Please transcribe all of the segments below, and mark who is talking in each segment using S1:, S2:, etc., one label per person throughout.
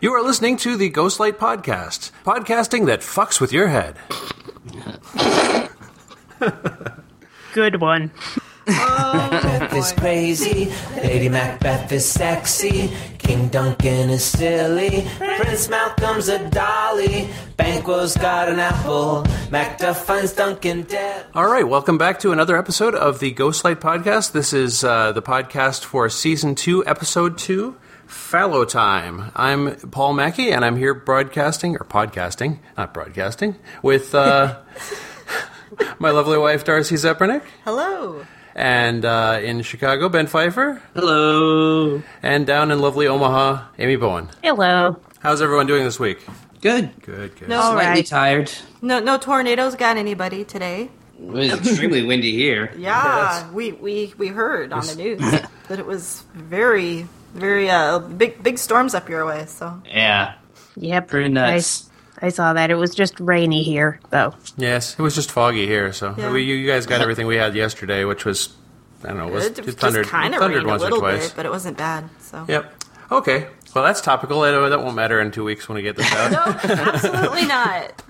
S1: You are listening to the Ghostlight Podcast, podcasting that fucks with your head.
S2: Good one.
S3: Macbeth is crazy. Lady Macbeth is sexy. King Duncan is silly. Prince Malcolm's a dolly. Banquo's got an apple. Macduff finds Duncan dead.
S1: All right, welcome back to another episode of the Ghostlight Podcast. This is uh, the podcast for season two, episode two, Fallow Time. I'm Paul Mackey, and I'm here broadcasting or podcasting, not broadcasting, with uh, my lovely wife Darcy Zepernick,
S4: Hello.
S1: and uh, in Chicago, Ben Pfeiffer,
S5: Hello.
S1: and down in lovely Omaha, Amy Bowen.
S2: Hello.
S1: How's everyone doing this week?
S5: Good.
S1: Good, good.
S4: No,
S5: Slightly
S4: right.
S5: tired.
S4: no, no tornadoes got anybody today.
S5: It was extremely windy here.
S4: Yeah, we, we, we heard on the news that it was very, very uh, big big storms up your way. So
S5: Yeah.
S2: Yep.
S5: Pretty nuts.
S2: I, I saw that. It was just rainy here, though.
S1: Yes, it was just foggy here, so
S4: Yeah.
S1: we, you, you guys got everything we had yesterday, which was I don't know, was,
S4: it,
S1: it,
S4: was
S1: thundered,
S4: just kind
S1: it
S4: of
S1: thundered
S4: rained a
S1: once or
S4: little
S1: twice.
S4: bit, but it wasn't bad. So
S1: Yep. Okay. Well, that's topical. That, that won't matter in two weeks when we get this out.
S4: no, absolutely not.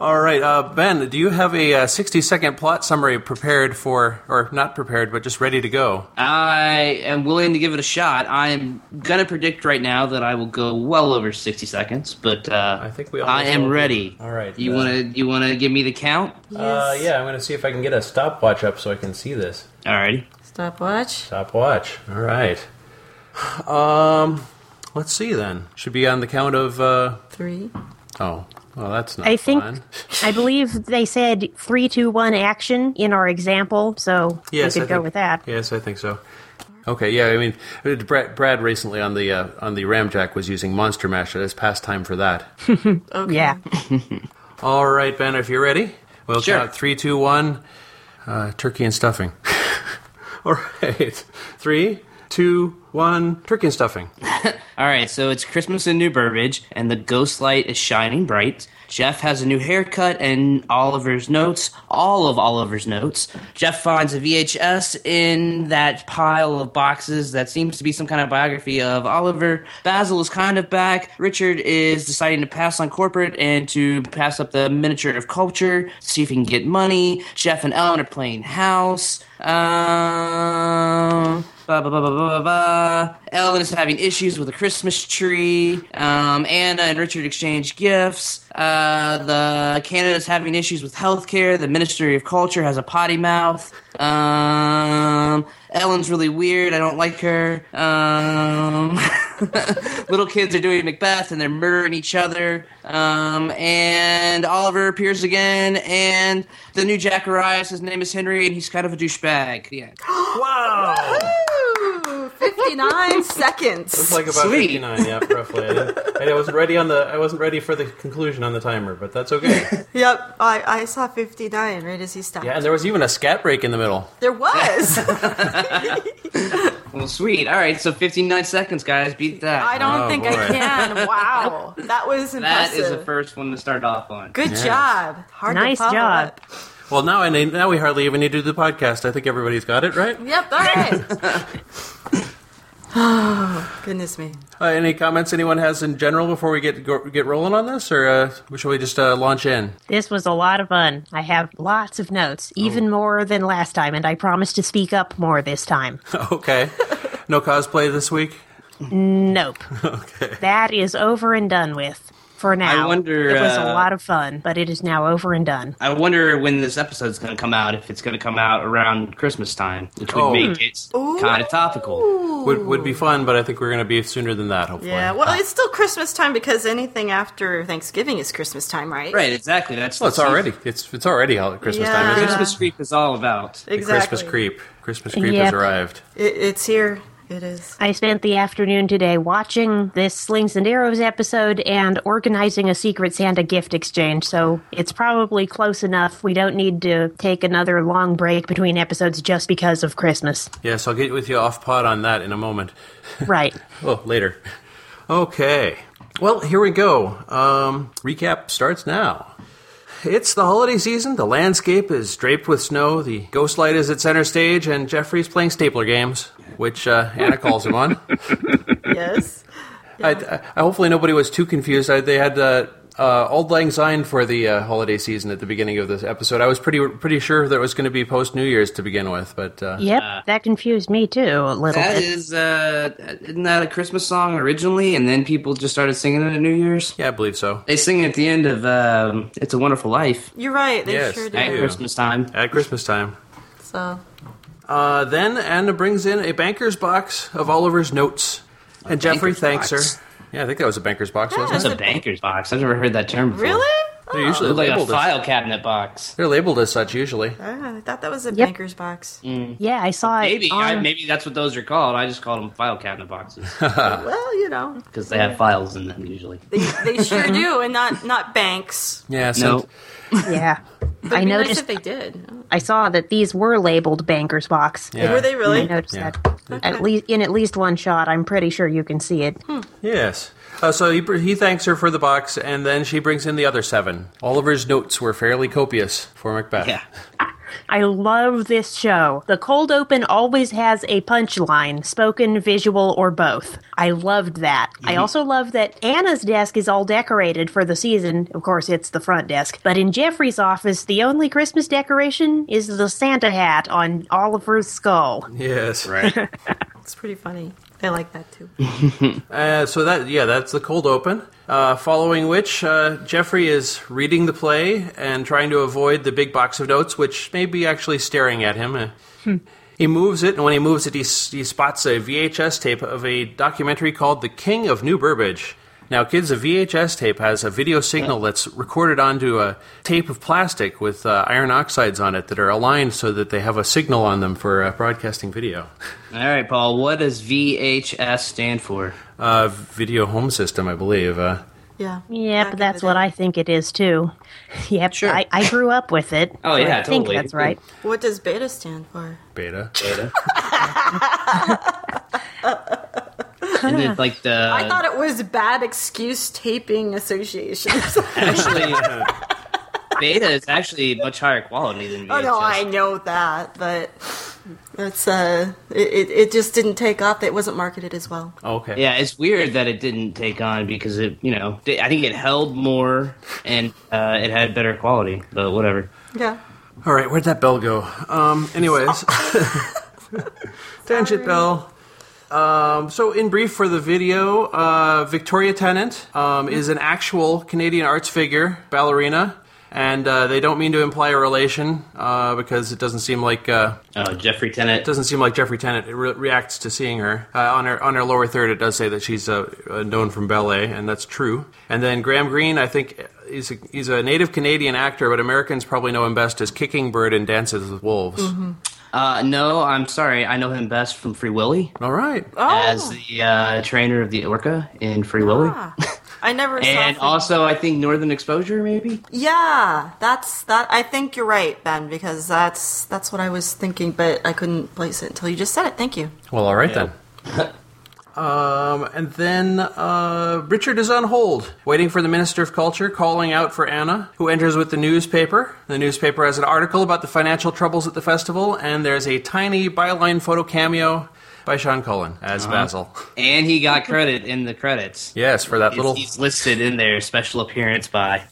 S1: All right, uh, Ben, do you have a uh, sixty-second plot summary prepared for, or not prepared, but just ready to go?
S5: I am willing to give it a shot. I am gonna predict right now that I will go well over sixty seconds, but uh,
S1: I think we
S5: I
S1: almost
S5: am
S1: will.
S5: ready.
S1: All right,
S5: You
S1: uh,
S5: wanna you wanna give me the count?
S1: Uh, yeah, I'm going to see if I can get a stopwatch up so I can see this
S5: Alrighty.
S4: Stopwatch.
S1: stopwatch. All right. Um, let's see then. Should be on the count of. Uh,
S4: Three.
S1: oh, well, that's not.
S2: I think,
S1: fun.
S2: I believe they said three, two, one action in our example, so
S1: Yes,
S2: we
S1: I
S2: could go
S1: think-
S2: with that.
S1: Yes, I think so. Okay, yeah, I mean, uh, Brad, Brad recently on the uh, on the Ramjack was using Monster Mash as pastime for that.
S4: Okay.
S2: Yeah.
S1: All right, Ben, if you're ready, we'll
S5: Sure.
S1: count three, two, one. Uh, turkey and stuffing. All right, three, two, one. Turkey and stuffing.
S5: All right, so it's Christmas in New Burbage, and the ghost light is shining bright. Jeff has a new haircut and Oliver's notes, all of Oliver's notes. Jeff finds a VHS in that pile of boxes that seems to be some kind of biography of Oliver. Basil is kind of back. Richard is deciding to pass on corporate and to pass up the miniature of culture, see if he can get money. Jeff and Ellen are playing house. Um, ba, ba, ba, ba, ba, ba, ba. Ellen is having issues with a Christmas tree. Um, Anna and Richard exchange gifts. Uh, the Canada's having issues with healthcare. The Ministry of Culture has a potty mouth. Um, Ellen's really weird. I don't like her. Um, little kids are doing Macbeth and they're murdering each other. Um, and Oliver appears again, and the new Jack arrives. His name is Henry, and he's kind of a douchebag. The end.
S1: Wow,
S4: Ooh, 59 seconds.
S1: it's like about
S5: Sweet.
S1: 59, yeah, roughly. I, didn't- I wasn't ready on the I wasn't ready for the conclusion on the timer, but that's okay.
S4: Yep, I, I saw 59 right as he stopped.
S1: Yeah, and there was even a scat break in the middle.
S4: There was.
S5: Well, sweet. All right, so 59 seconds, guys. Beat that.
S4: I don't
S1: Oh,
S4: think
S1: boy.
S4: I can. Wow. That was
S5: that
S4: impressive.
S5: is the first one to start off on.
S4: Good
S1: Yes.
S4: job. Hard
S2: Nice
S4: to follow
S2: job.
S4: Up.
S1: Well, now I need, now we hardly even need to do the podcast. I think everybody's got it right.
S4: Yep. All right. oh, goodness me.
S1: Uh, any comments anyone has in general before we get go, get rolling on this, or uh, shall we just uh, launch in?
S2: This was a lot of fun. I have lots of notes, even more than last time, and I promise to speak up more this time.
S1: okay. No cosplay this week.
S2: Nope. That is over and done with for now.
S5: wonder,
S2: It was a
S5: uh,
S2: lot of fun, but it is now over and done.
S5: I wonder when this episode's going to come out, if it's going to come out around Christmas time, which would
S1: Oh.
S5: make it kind of topical.
S1: Would would be fun, but I think we're going to be sooner than that. Hopefully.
S4: Yeah. Well, it's still Christmas time because anything after Thanksgiving is Christmas time, right?
S5: Right, exactly. That's
S1: Well, it's
S5: the season-
S1: already it's it's already all- Christmas
S4: Yeah.
S1: time. Isn't it?
S5: Christmas creep is all about.
S1: The
S4: Exactly.
S1: Christmas creep. Christmas creep has
S2: Yep.
S1: arrived.
S4: It, it's here. It is.
S2: I spent the afternoon today watching this Slings and Arrows episode and organizing a Secret Santa gift exchange, so it's probably close enough. We don't need to take another long break between episodes just because of Christmas.
S1: Yes, I'll get with you off pod on that in a moment.
S2: right.
S1: Oh, later. Okay. Well, here we go. Um, recap starts now. It's the holiday season. The landscape is draped with snow. The ghost light is at center stage, and Jeffrey's playing stapler games, which uh, Anna calls him on.
S4: Yes.
S1: I, I, hopefully nobody was too confused. I, they had uh, uh, Auld Lang Syne for the uh, holiday season at the beginning of this episode. I was pretty pretty sure that it was going to be post New Year's to begin with, but uh,
S2: Yep, that confused me too a little
S5: That
S2: bit.
S5: is, uh, isn't that a Christmas song originally? And then people just started singing it at New Year's.
S1: yeah, I believe so.
S5: They sing it at the end of um, "It's a Wonderful Life"
S4: You're right. They
S1: Yes,
S4: sure
S1: they
S5: at
S4: do.
S1: do.
S5: Christmas time.
S1: At Christmas time.
S4: So
S1: Uh, then Anna brings in a banker's box of Oliver's notes, and Jeffrey
S5: banker's
S1: thanks
S5: box.
S1: her. Yeah, I think that was a banker's box,
S5: That's
S1: wasn't it?
S5: a banker's box. I've never heard that term before.
S4: really,
S1: They're usually
S5: It looked like a
S1: labeled as,
S5: file cabinet box.
S1: they're labeled as such usually.
S4: Ah, I thought that was a
S2: Yep.
S4: banker's box.
S1: Mm.
S2: yeah, I saw
S5: Maybe
S2: it. On,
S5: I, maybe that's what those are called. I just called them file cabinet boxes
S4: Well, you know,
S5: because they have files in them usually.
S4: they, they sure do, and not not banks.
S1: Yeah, so
S5: No,
S2: yeah.
S4: But
S2: I
S4: it'd be nice
S2: noticed.
S4: if they did.
S2: I saw that these were labeled banker's box.
S1: Yeah.
S4: Were they
S2: I
S4: really?
S2: noticed
S1: Yeah.
S2: that at least in at least one shot. I'm pretty sure you can see it.
S1: Yes. Uh, so he, br- he thanks her for the box, and then she brings in the other seven. Oliver's notes were fairly copious for Macbeth.
S5: yeah,
S2: I love this show. The cold open always has a punchline, spoken, visual, or both. I loved that. I also love that Anna's desk is all decorated for the season. Of course, it's the front desk. But in Jeffrey's office, the only Christmas decoration is the Santa hat on Oliver's skull.
S1: Yes.
S5: right.
S4: It's pretty funny. I like that too.
S1: Uh, so that yeah, that's the cold open. Uh, following which, uh, Jeffrey is reading the play and trying to avoid the big box of notes, which may be actually staring at him. Uh, he moves it, and when he moves it, he, s- he spots a VHS tape of a documentary called "The King of New Burbage." Now, kids, a VHS tape has a video signal that's recorded onto a tape of plastic with uh, iron oxides on it that are aligned so that they have a signal on them for uh, broadcasting video.
S5: All right, Paul. What does VHS stand for?
S1: Uh, video home system, I believe. Uh,
S4: Yeah.
S2: Yep,
S4: Back in
S2: that's
S4: the
S2: what
S4: day.
S2: I think it is too. Yep,
S5: Sure.
S2: I, I grew up with it.
S5: Oh, yeah,
S2: I think
S5: totally.
S2: that's right.
S4: What does beta stand for?
S1: beta.
S5: and it's like the
S4: I thought it was bad excuse taping association.
S5: actually beta is actually much higher quality than VHS.
S4: oh no, I know that, but that's uh, it, it it just didn't take off. It wasn't marketed as well.
S1: Oh, Okay.
S5: Yeah, it's weird that it didn't take on because it, you know, I think it held more and uh, it had better quality, but whatever.
S4: Yeah.
S1: All right, where'd that bell go? Um, anyways, tangent bell. Um, so, in brief, for the video, uh, Victoria Tennant um, is an actual Canadian arts figure, ballerina, and uh, they don't mean to imply a relation uh, because it doesn't seem like uh,
S5: Oh, Jeffrey Tennant.
S1: doesn't seem like Jeffrey Tennant re- reacts to seeing her. Uh, on her on her lower third, it does say that she's uh, uh, known from ballet, and that's true. And then Graham Greene, I think, is a, he's a native Canadian actor, but Americans probably know him best as Kicking Bird and Dances with Wolves.
S5: Uh, no, I'm sorry. I know him best from Free Willy
S1: All right,
S5: as
S2: Oh.
S5: the uh, trainer of the orca in Free Willy.
S4: Ah. I never
S5: And
S4: saw.
S5: also, I think Northern Exposure, maybe?
S4: yeah, that's that. I think you're right, Ben, because that's that's what I was thinking, but I couldn't place it until you just said it. Thank you.
S1: well, all right then. um, and then uh, Richard is on hold, waiting for the Minister of Culture, calling out for Anna, who enters with the newspaper. The newspaper has an article about the financial troubles at the festival, and there's a tiny byline photo cameo by Sean Cullen as Basil.
S5: And he got credit in the credits.
S1: Yes, for that little.
S5: It's- He's listed in there, special appearance by.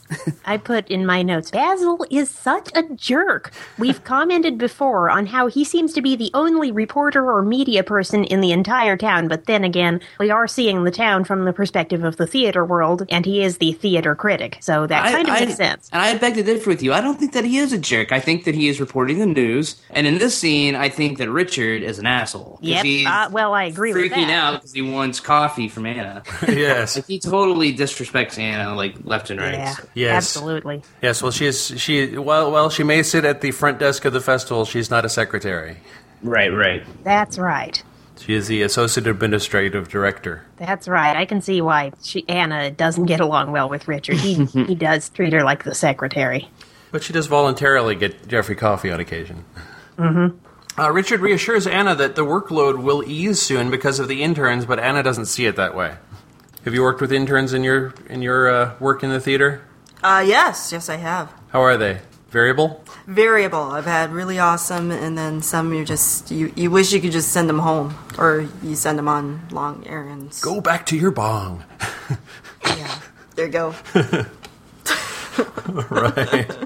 S2: I put in my notes Basil is such a jerk. We've commented before on how he seems to be the only reporter or media person in the entire town, but then again, we are seeing the town from the perspective of the theater world, and he is the theater critic, so that kind of makes sense.
S5: And I beg to differ with you. I don't think that he is a jerk. I think that he is reporting the news. And in this scene, I think that Richard is an asshole. 'Cause
S2: Yep.
S5: he's
S2: Uh, well, I agree with
S5: freaking
S2: that.
S5: out because he wants coffee from Anna.
S1: yes,
S5: he totally disrespects Anna like left and right.
S2: Yeah,
S5: So-
S1: Yes.
S2: absolutely.
S1: yes. Well, she is. She well, well. She may sit at the front desk of the festival. She's not a secretary.
S5: Right, right.
S2: That's right.
S1: She is the associate administrative director.
S2: That's right. I can see why she, Anna doesn't get along well with Richard. He he does treat her like the secretary.
S1: But she does voluntarily get Jeffrey coffee on occasion.
S4: Mm-hmm.
S1: Uh, Richard reassures Anna that the workload will ease soon because of the interns, but Anna doesn't see it that way. Have you worked with interns in your in your uh, work in the theater?
S4: Uh, yes, yes, I have.
S1: How are they? Variable?
S4: Variable. I've had really awesome, and then some you just you, you wish you could just send them home, or you send them on long errands.
S1: Go Oh, back to your bong.
S4: Yeah. There you go.
S1: right.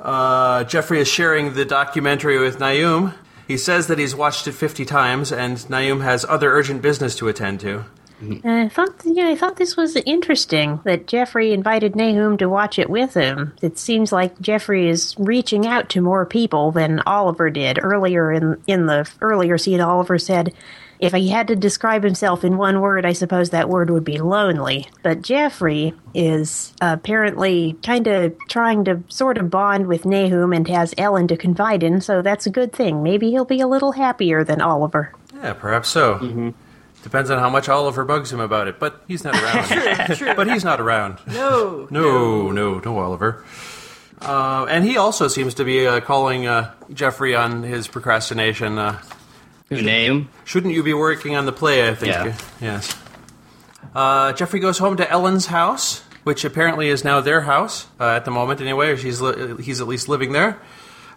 S1: Uh, Jeffrey is sharing the documentary with Naum. He says that he's watched it 50 times, and Naum has other urgent business to attend to.
S2: I thought, yeah, I thought this was interesting that Jeffrey invited Nahum to watch it with him. It seems like Jeffrey is reaching out to more people than Oliver did earlier in in the earlier scene. Oliver said, "If he had to describe himself in one word, I suppose that word would be lonely." But Jeffrey is apparently kind of trying to sort of bond with Nahum and has Ellen to confide in, so that's a good thing. Maybe he'll be a little happier than Oliver.
S1: Yeah, perhaps so. Depends on how much Oliver bugs him about it, but he's not around.
S4: True.
S1: but he's not around.
S4: No.
S1: No, no, no, Oliver. Uh, and he also seems to be uh, calling uh, Jeffrey on his procrastination. Uh,
S5: Your name?
S1: Shouldn't you be working on the play? I think.
S5: Yeah.
S1: Yes. Uh, Jeffrey goes home to Ellen's house, which apparently is now their house uh, at the moment, anyway. Or she's li- he's at least living there.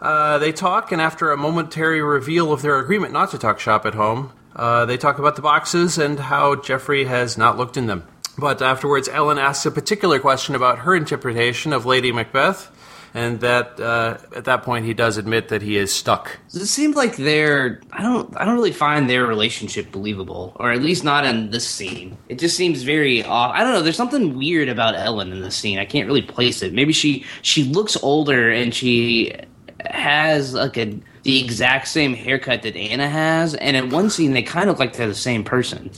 S1: Uh, they talk, and after a momentary reveal of their agreement not to talk shop at home, uh, they talk about the boxes and how Jeffrey has not looked in them. But afterwards, Ellen asks a particular question about her interpretation of Lady Macbeth, and that uh, at that point he does admit that he is stuck.
S5: Does it seem like their I don't I don't really find their relationship believable, or at least not in this scene. It just seems very off. I don't know. There's something weird about Ellen in this scene. I can't really place it. Maybe she she looks older and she has like a the exact same haircut that Anna has, and in one scene they kind of look like they're the same person.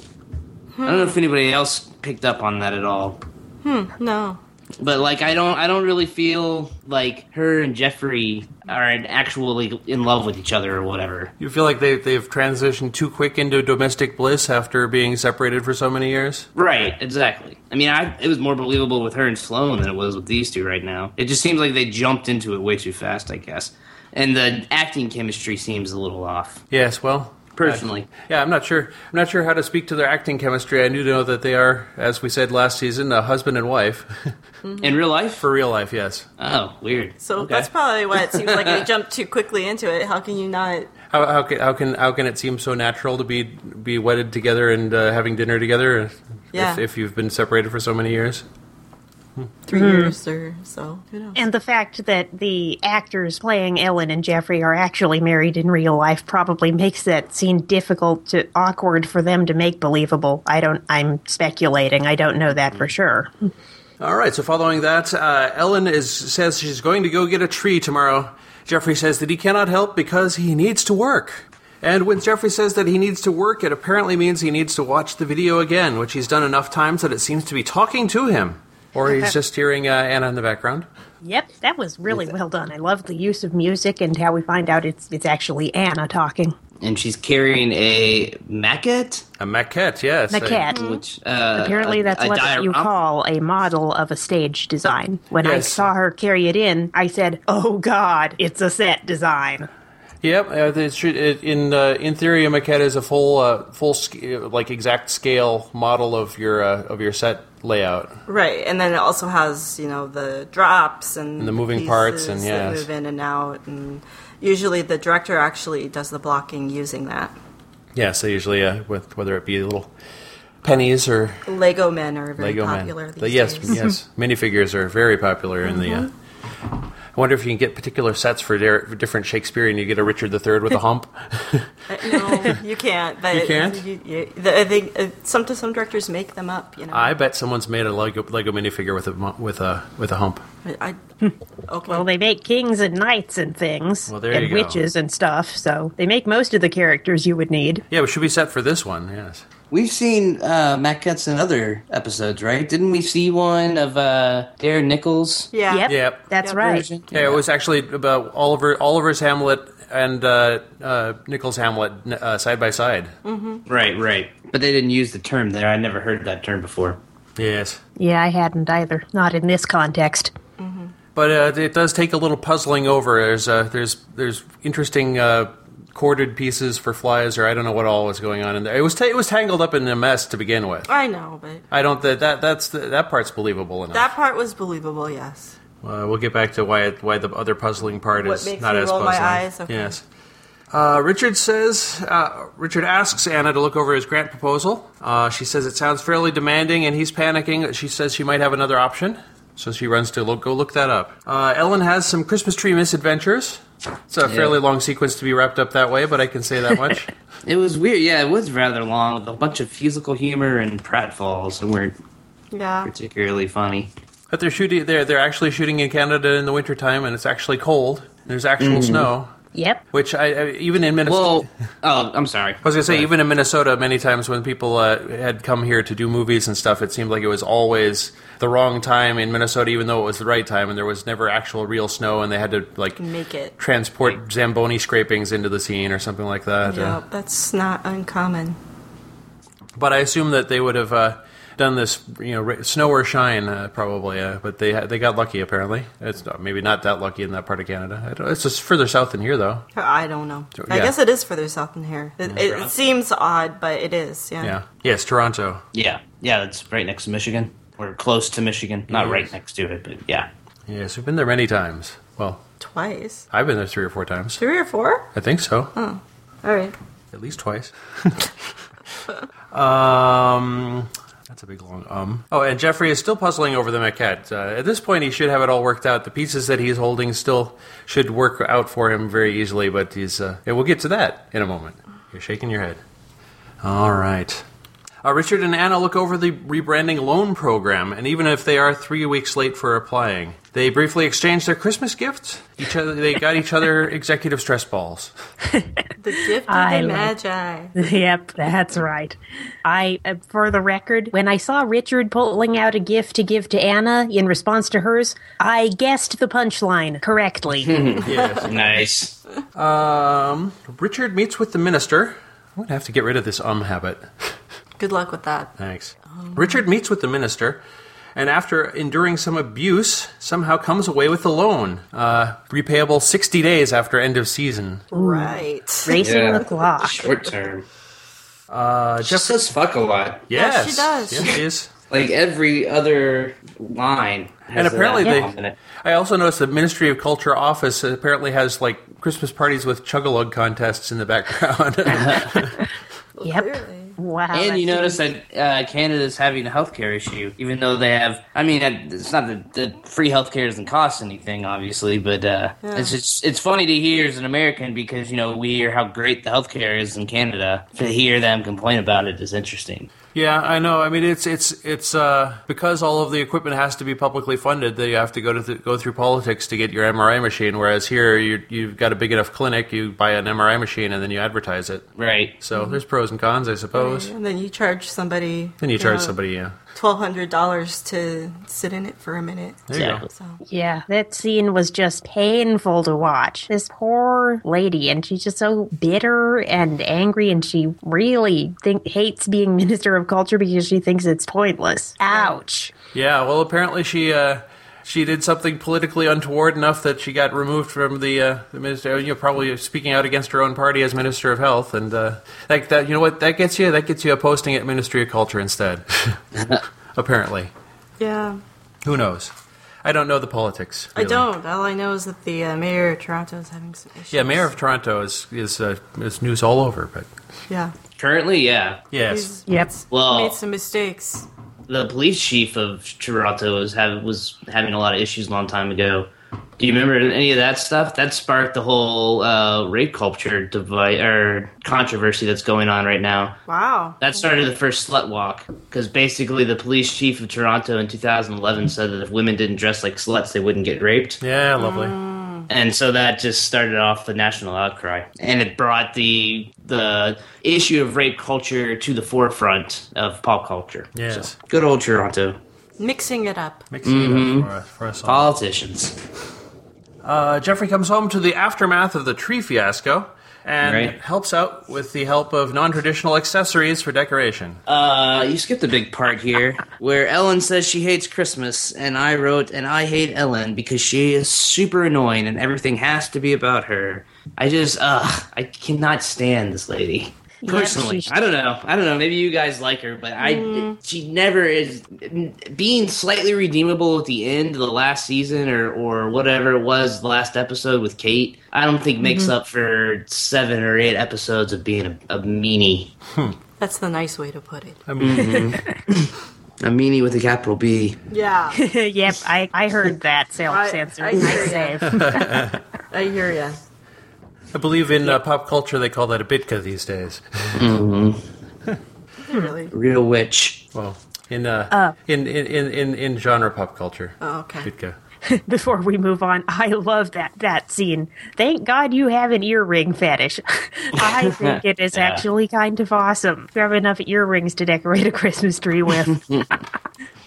S5: I don't know if anybody else picked up on that at all
S4: No.
S5: but like i don't i don't really feel like her and jeffrey are actually in love with each other or whatever
S1: You feel like they, they've transitioned too quick into domestic bliss after being separated for so many years?
S5: right exactly i mean i it was more believable with her and sloan than it was with these two right now it just seems like they jumped into it way too fast i guess and the acting chemistry seems a little off
S1: Yes, well.
S5: personally
S1: Yeah, I'm not sure. I'm not sure how to speak to their acting chemistry. I do know that they are, as we said last season, a husband and wife.
S5: in real life
S1: for real life, yes.
S5: oh weird
S4: So
S5: Okay.
S4: that's probably why it seems like they jumped too quickly into it. How can you not?
S1: How, how, can, how, can, how can it seem so natural to be be wedded together and uh, having dinner together if,
S4: Yeah.
S1: if, you've been separated for so many years?
S4: 3
S1: Hmm.
S4: years or so. Who knows?
S2: And the fact that the actors playing Ellen and Jeffrey are actually married in real life probably makes that scene difficult to awkward for them to make believable. I don't I'm speculating. I don't know that for sure.
S1: All right. So following that, uh, Ellen is says she's going to go get a tree tomorrow. Jeffrey says that he cannot help because he needs to work. And when Jeffrey says that he needs to work, it apparently means he needs to watch the video again, which he's done enough times that it seems to be talking to him, or he's just hearing uh, Anna in the background.
S2: Yep, that was really well done. I love the use of music and how we find out it's it's actually Anna talking.
S5: and she's carrying a maquette
S1: A maquette, yes.
S2: The cat.
S5: which uh,
S2: Apparently,
S5: a-
S2: that's
S5: a
S2: what you
S5: diorama-
S2: call a model of a stage design. When I
S1: Yes.
S2: saw her carry it in, I said, "Oh God, it's a set design."
S1: Yep, uh, they should- it- in uh, in theory, a maquette is a full uh, full sc- like exact scale model of your uh, of your set layout.
S4: Right, and then it also has you know the drops and,
S1: the moving parts
S4: pieces
S1: and
S4: that
S1: yes.
S4: move in and out, and usually the director actually does the blocking using that.
S1: Yes, they usually uh, with whether it be little pennies or
S4: Lego men are very
S1: Lego men.
S4: popular
S1: The-
S4: these
S1: yes,
S4: days. Hmm.
S1: yes, minifigures are very popular in the. Uh,
S4: Mm-hmm.
S1: I wonder if you can get particular sets for, der- for different Shakespearean. You get a Richard III with a hump.
S4: Uh, no, you can't. But
S1: You can't?
S4: You, you, the, I think uh, some some directors make them up. You know,
S1: I bet someone's made a Lego, Lego minifigure with a mu- with a with a hump.
S4: I, okay.
S2: Hmm. Well, they make kings and knights and things,
S1: Well, there
S2: and
S1: you go.
S2: witches and stuff. So they make most of the characters you would need.
S1: Yeah, we should be set for this one. Yes.
S5: We've seen uh, maquettes in other episodes, right? Didn't we see one of uh, Darren Nichols?
S4: yeah,
S2: Yep,
S1: Yep.
S2: that's
S4: Yep.
S2: right.
S5: version?
S1: Yeah, it was actually about Oliver Oliver's Hamlet and uh, uh, Nichols' Hamlet uh, side by side.
S5: Right, right. But they didn't use the term there. I never heard that term before.
S1: Yes.
S2: Yeah, I hadn't either. Not in this context.
S1: But uh, it does take a little puzzling over. There's uh, there's there's interesting uh, corded pieces for flies, or I don't know what all was going on in there. It was ta- it was tangled up in a mess to begin with.
S4: I know, but
S1: Uh. I don't that that that's the, that part's believable enough.
S4: that part was believable. Yes,
S1: Uh, we'll get back to why why the other puzzling part
S4: What
S1: is
S4: makes
S1: not
S4: me
S1: as
S4: roll my
S1: puzzling.
S4: eyes, okay.
S1: Yes. Uh, Richard says uh, Richard asks Anna to look over his grant proposal. Uh, she says it sounds fairly demanding, and he's panicking. She says she might have another option, so she runs to look, go look that up. Uh, Ellen has some Christmas tree misadventures. It's a fairly long sequence to be wrapped up that way, but I can say that much.
S5: It was weird. Yeah, it was rather long with a bunch of physical humor and pratfalls that weren't
S4: Yeah.
S5: particularly funny.
S1: but they're shooting. They're they're actually shooting in Canada in the wintertime, and it's actually cold. There's actual snow,
S2: Yep.
S1: which I, I even in Minnesota.
S5: Well, oh, I'm sorry.
S1: I was gonna say, even in Minnesota, many times when people uh, had come here to do movies and stuff, it seemed like it was always the wrong time in Minnesota, even though it was the right time, and there was never actual real snow, and they had to like
S4: Make it.
S1: transport zamboni scrapings into the scene or something like that. Uh,
S4: Yeah, that's not uncommon.
S1: but I assume that they would have uh, done this, you know, ra- snow or shine, uh, probably. Uh, but they ha- they got lucky apparently. It's not, maybe not that lucky in that part of Canada. I don't, it's just further south than here, though.
S4: Uh, I don't know. I
S1: Yeah.
S4: guess it is further south than here. It, it,
S5: Right.
S4: seems odd, but it is. Yeah.
S1: Yeah. Yes, Toronto.
S5: Yeah, yeah, that's right next to Michigan or close to Michigan. Not right next to it, but yeah.
S1: Yes, we've been there many times. Well,
S4: Twice,
S1: I've been there three or four times.
S4: three or four.
S1: I think so.
S4: All right.
S1: At least twice. um, that's a big long um. Oh, and Jeffrey is still puzzling over the maquette. Uh, at this point, he should have it all worked out. The pieces that he's holding still should work out for him very easily, but he's. Uh, and we'll get to that in a moment. You're shaking your head. All right. Uh, Richard and Anna look over the rebranding loan program, and even if they are three weeks late for applying, they briefly exchange their Christmas gifts. Each other, they got each other executive stress balls.
S4: The gift of
S2: I
S4: the
S2: like-
S4: magi.
S2: Yep, that's right. I, uh, for the record, when I saw Richard pulling out a gift to give to Anna in response to hers, I guessed the punchline correctly.
S1: Yes.
S5: Nice.
S1: Um, Richard meets with the minister. I'm going to have to get rid of this um habit.
S4: Good luck with that.
S1: Thanks. Richard meets with the minister, and after enduring some abuse, somehow comes away with a loan, uh, repayable 60 days after end of season.
S4: Right.
S2: Racing the clock.
S5: Short term.
S1: Uh,
S5: Jeff
S1: Jeff-
S5: says fuck a lot.
S1: yes,
S4: she does.
S1: Yes, she is.
S5: Like every other line.
S1: And
S5: has
S1: apparently
S5: that
S1: they-
S5: bomb in it.
S1: I also noticed the Ministry of Culture office apparently has like Christmas parties with chug-a-lug contests in the background.
S2: Yep.
S4: Clearly.
S2: Wow.
S5: And you
S2: that's-
S5: notice that uh, Canada's having a healthcare issue, even though they have. I mean, uh, it's not that the free healthcare doesn't cost anything, obviously, but uh, it's just, it's funny to hear as an American because you know we hear how great the healthcare is in Canada. To hear them complain about it is interesting.
S1: Yeah, I know. I mean, it's it's it's uh, because all of the equipment has to be publicly funded that you have to go to th- go through politics to get your MRI machine. Whereas here, you, you've got a big enough clinic, you buy an MRI machine and then you advertise it.
S5: Right.
S1: So there's pros and cons, I suppose.
S4: And then you charge somebody.
S1: Then you charge
S4: know,
S1: somebody. Yeah,
S4: twelve hundred dollars to sit in it for a minute.
S1: there you go.
S5: Exactly.
S4: So
S2: Yeah, that scene was just painful to watch. This poor lady, and she's just so bitter and angry, and she really think, hates being Minister of Culture because she thinks it's pointless. Ouch.
S1: Yeah. Well, apparently she. Uh, she did something politically untoward enough that she got removed from the, uh, the minister. You know, probably speaking out against her own party as minister of health, and uh, like that. You know what? That gets you. That gets you a posting at Ministry of Culture instead. apparently.
S4: yeah,
S1: Who knows? I don't know the politics.
S4: I
S1: really.
S4: don't. All I know is that the uh, mayor of Toronto is having some issues.
S1: Yeah, mayor of Toronto is is uh, is news all over, but
S4: Yeah,
S5: Currently, yeah.
S1: yes,
S4: he's
S2: Yep.
S5: Well,
S4: made some mistakes.
S5: the police chief of Toronto was have was having a lot of issues a long time ago. Do you remember any of that stuff? That sparked the whole uh, rape culture devi- or controversy that's going on right now.
S4: Wow.
S5: That started the first slut walk because basically the police chief of Toronto in 2011 said that if women didn't dress like sluts, they wouldn't get raped,
S1: yeah, lovely.
S5: and so that just started off the national outcry, and it brought the the issue of rape culture to the forefront of pop culture.
S1: Yes.
S5: So, good old Toronto
S4: Mixing it up.
S1: Mixing it up for us, for us all.
S5: politicians.
S1: Uh, Jeffrey comes home to the aftermath of the tree fiasco and
S5: Right.
S1: helps out with the help of non-traditional accessories for decoration.
S5: Uh, you skipped a big part here where Ellen says she hates Christmas, and I wrote, and I hate Ellen because she is super annoying and everything has to be about her. I just, ugh, I cannot stand this lady. personally.
S2: she's-
S5: I don't know. I don't know. Maybe you guys like her, but I she never is being slightly redeemable at the end of the last season or or whatever it was the last episode with Kate. I don't think makes up for seven or eight episodes of being a, a meanie,
S4: That's the nice way to put it.
S1: I mean,
S5: a meanie with a capital B.
S4: Yeah,
S2: yep, I, I heard that
S4: I-
S2: self censor.
S4: I
S2: Nice
S4: hear ya.
S2: save.
S4: I hear ya.
S1: I believe in uh, pop culture they call that a bitka these days.
S4: Really?
S5: Real witch.
S1: Well, in uh, in, in, in in in genre pop culture,
S4: Oh, okay.
S1: bitka.
S2: Before we move on, I love that that scene. Thank God you have an earring fetish. I think it is actually kind of awesome. You have enough earrings to decorate a Christmas tree with.
S1: And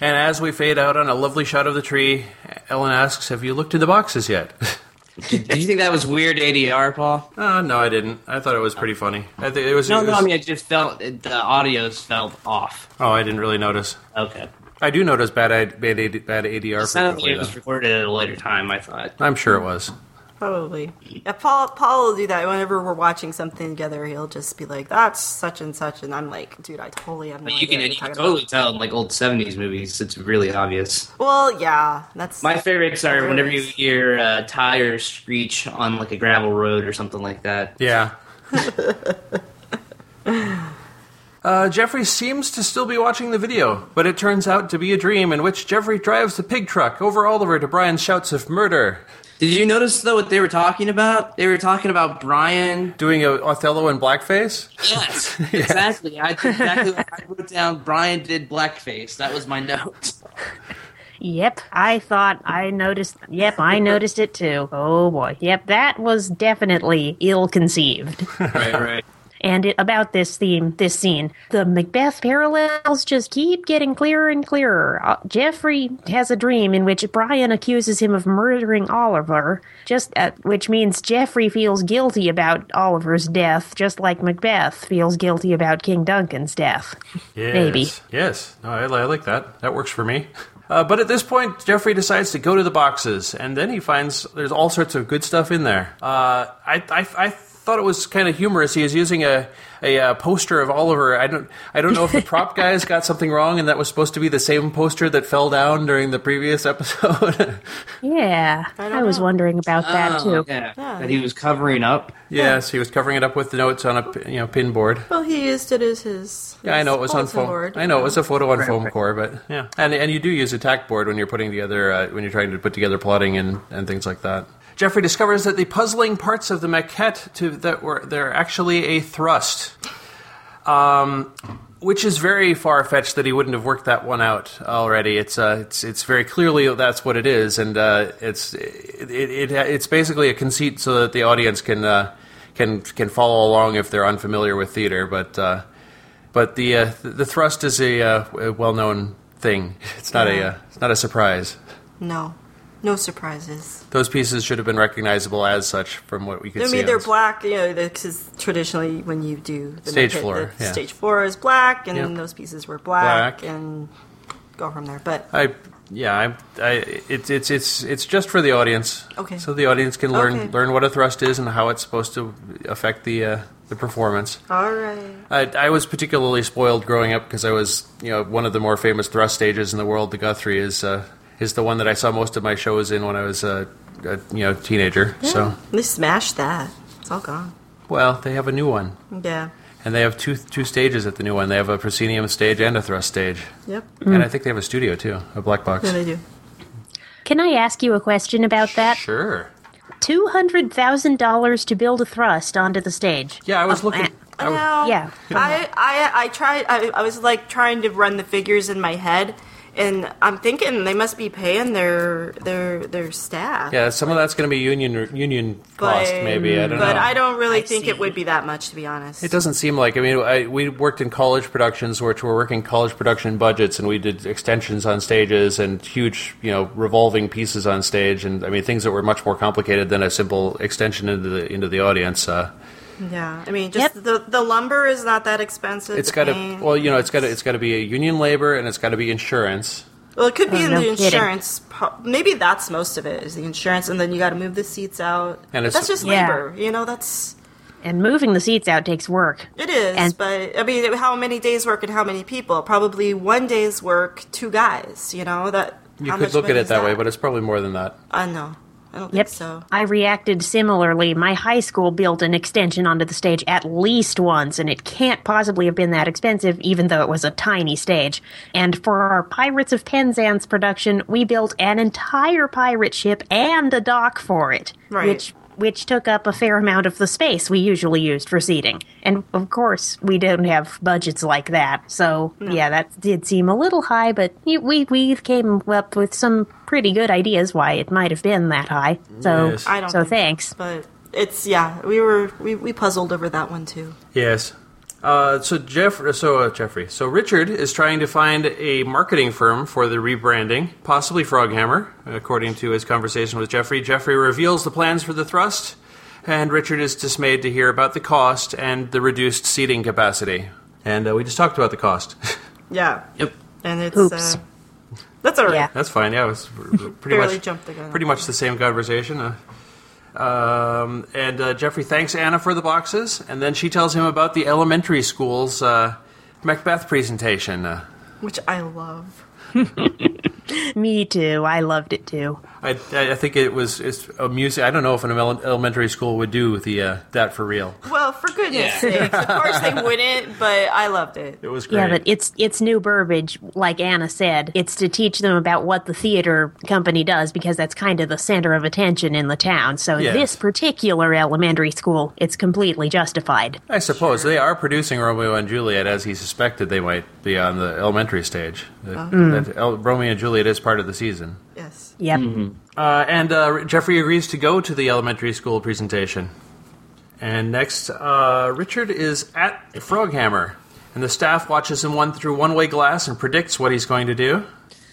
S1: as we fade out on a lovely shot of the tree, Ellen asks, "Have you looked in the boxes yet?"
S5: Did you think that was weird ADR, Paul?
S1: uh, no, I didn't. I thought it was pretty funny. I think it was.
S5: No,
S1: it
S5: no.
S1: was-
S5: I mean, I just felt it, the audio's felt off.
S1: oh, I didn't really notice.
S5: Okay.
S1: I do notice bad ad- bad, ad- bad ADR
S5: Sounded like
S1: frequently
S5: it was
S1: though.
S5: recorded at a later time. I thought.
S1: I'm sure it was.
S4: Probably. Yeah, Paul Paul will do that whenever we're watching something together. He'll just be like, "That's such and such," and I'm like, "Dude, I totally have no
S5: You
S4: idea."
S5: can,
S4: what
S5: you
S4: you're
S5: can
S4: talking
S5: totally tell in like old seventies movies. It's really obvious.
S4: about." Well, yeah, that's
S5: My favorites are
S4: Hilarious.
S5: whenever you hear uh, tires screech on like a gravel road or something like that.
S1: Yeah. uh, Jeffrey seems to still be watching the video, but it turns out to be a dream in which Jeffrey drives the pig truck over Oliver to Brian's shouts of murder,
S5: Did you notice though what they were talking about? They were talking about Brian.
S1: doing a Othello in blackface.
S5: Yes, exactly. I did exactly what I wrote down. Brian did blackface. That was my note.
S2: Yep, I thought I noticed. Yep, I noticed it too. Oh boy. Yep, that was definitely ill conceived.
S5: right, right.
S2: And it, about this theme, this scene, the Macbeth parallels just keep getting clearer and clearer. Uh, Jeffrey has a dream in which Brian accuses him of murdering Oliver, just uh which means Jeffrey feels guilty about Oliver's death, just like Macbeth feels guilty about King Duncan's death.
S1: Yes.
S2: Maybe.
S1: Yes. No, I, I like that. That works for me. Uh, but at this point, Jeffrey decides to go to the boxes, and then he finds there's all sorts of good stuff in there. Uh, I, I, I thought it was kind of humorous. He is using a, a uh, poster of Oliver. I don't I don't know if the prop guys got something wrong, and that was supposed to be the same poster that fell down during the previous episode.
S2: Yeah,
S4: I
S2: I,
S4: don't
S2: was
S4: know.
S2: wondering about
S5: Oh,
S2: that too.
S5: yeah. That he was covering up.
S1: yes, he was covering it up with notes on a p- you know pin board.
S4: well, he used it as his.
S1: Yeah, I know it was on
S4: bulletin
S1: foam.
S4: board.
S1: I know it was a photo on foam core, but yeah, and and you do use a tack board when you're putting together uh, when you're trying to put together plotting and, and things like that. Jeffrey discovers that the puzzling parts of the maquette to that were they're actually a thrust, um, which is very far fetched that he wouldn't have worked that one out already. It's uh, it's it's very clearly that's what it is, and uh, it's it, it, it it's basically a conceit so that the audience can. Uh, can, can follow along if they're unfamiliar with theater, but uh, but the uh, th- the thrust is a, uh, a well known thing. It's not a uh, it's not a surprise.
S4: No, no surprises.
S1: Those pieces should have been recognizable as such from what we could
S4: I
S1: see.
S4: mean,
S1: on
S4: they're
S1: s-
S4: black. You know, because traditionally when you do the
S1: Stage
S4: Macbeth,
S1: floor,
S4: the
S1: yeah.
S4: stage floor is black, and
S1: Yep.
S4: those pieces were black,
S1: Black.
S4: and go from there. But
S1: I yeah, I, I it's it's it's it's just for the audience.
S4: Okay.
S1: So the audience can learn
S4: Okay.
S1: learn what a thrust is and how it's supposed to affect the uh, the performance.
S4: all right,
S1: I, I was particularly spoiled growing up because I was, you know, one of the more famous thrust stages in the world. The Guthrie is uh, is the one that I saw most of my shows in when I was a, a you know teenager. So
S4: they smashed that. It's all gone.
S1: well, they have a new one,
S4: Yeah.
S1: and they have two two stages at the new one. They have a proscenium stage and a thrust stage,
S4: Yep.
S1: and I think they have a studio too, a black box.
S4: Mm. Yeah, they do.
S2: Can I ask you a question about that?
S1: Sure.
S2: Two hundred thousand dollars to build a thrust onto the stage.
S1: Yeah, I was
S4: Oh,
S1: looking. I w-
S4: No.
S2: Yeah.
S4: I, I, I tried. I, I was like trying to run the figures in my head, and I'm thinking they must be paying their their their staff.
S1: yeah, some of that's going to be union union cost, maybe. I don't
S4: but
S1: know.
S4: I don't really think
S5: see.
S4: it would be that much, to be honest.
S1: It doesn't seem like. I mean, I, we worked in college productions, which were working college production budgets, and we did extensions on stages and huge, you know, revolving pieces on stage, and I mean things that were much more complicated than a simple extension into the into the audience. Uh,
S4: Yeah, I mean, just
S2: Yep.
S4: the the lumber is not that expensive.
S1: it's
S4: to
S1: got to,
S4: paint.
S1: well, you know, it's got to, it's got to be a union labor, and it's got to be insurance.
S4: Well, it could be
S2: Oh,
S4: in
S2: no
S4: the
S2: kidding.
S4: insurance. Po- maybe that's most of it is the insurance, and then you got to move the seats out.
S1: And
S4: And
S1: it's-
S4: that's just
S2: Yeah.
S4: labor, you know. That's
S2: And moving the seats out takes work.
S4: It is,
S2: And-
S4: but I mean, how many days work and how many people? Probably one day's work, two guys. You know that.
S1: You
S4: how
S1: could
S4: much
S1: look at it
S4: money is
S1: that way, but it's probably more than that.
S4: I know. I don't think so.
S2: I reacted similarly. My high school built an extension onto the stage at least once, and it can't possibly have been that expensive, even though it was a tiny stage. And for our Pirates of Penzance production, we built an entire pirate ship and a dock for it,
S4: Right.
S2: which which took up a fair amount of the space we usually used for seating. And of course, we don't have budgets like that. So, yeah, that did seem a little high, but y- we, we came up with some pretty good ideas why it might have been that high. So,
S1: Yes.
S4: I don't
S2: so
S4: think-
S2: thanks.
S4: But it's yeah, we were we, we puzzled over that one too.
S1: Yes. Uh, so Jeff, so uh, Jeffrey, so Richard is trying to find a marketing firm for the rebranding, possibly Froghammer, according to his conversation with Jeffrey. Jeffrey reveals the plans for the thrust, and Richard is dismayed to hear about the cost and the reduced seating capacity. And uh, we just talked about the cost.
S4: Yeah.
S5: Yep.
S4: And it's
S2: Oops.
S4: uh that's all right.
S2: Yeah.
S1: That's fine. Yeah, it was pretty
S4: Barely
S1: much
S4: jumped the gun on
S1: pretty
S4: that
S1: much the same conversation. Uh, um, and uh, Jeffrey thanks Anna for the boxes, and then she tells him about the elementary school's uh, Macbeth presentation. Uh,
S4: Which I love.
S2: Me too. I loved it too.
S1: I, I I think it was it's amusing. I don't know if an ele- elementary school would do the uh, that for real.
S4: Well, for goodness
S5: Yeah.
S4: sakes. Of course they wouldn't, but I loved it.
S1: It was great.
S2: Yeah, but it's it's new Burbage, like Anna said. It's to teach them about what the theater company does because that's kind of the center of attention in the town. So
S1: Yes.
S2: this particular elementary school, it's completely justified.
S1: I suppose they are producing Romeo and Juliet as he suspected they might be on the elementary stage. That-
S2: Mm.
S1: that El- Romeo and Juliet is part of the season.
S4: Yes.
S2: Yep.
S1: Uh, and uh, Jeffrey agrees to go to the elementary school presentation. And next, uh, Richard is at Froghammer, and the staff watches him one through one-way glass and predicts what he's going to do.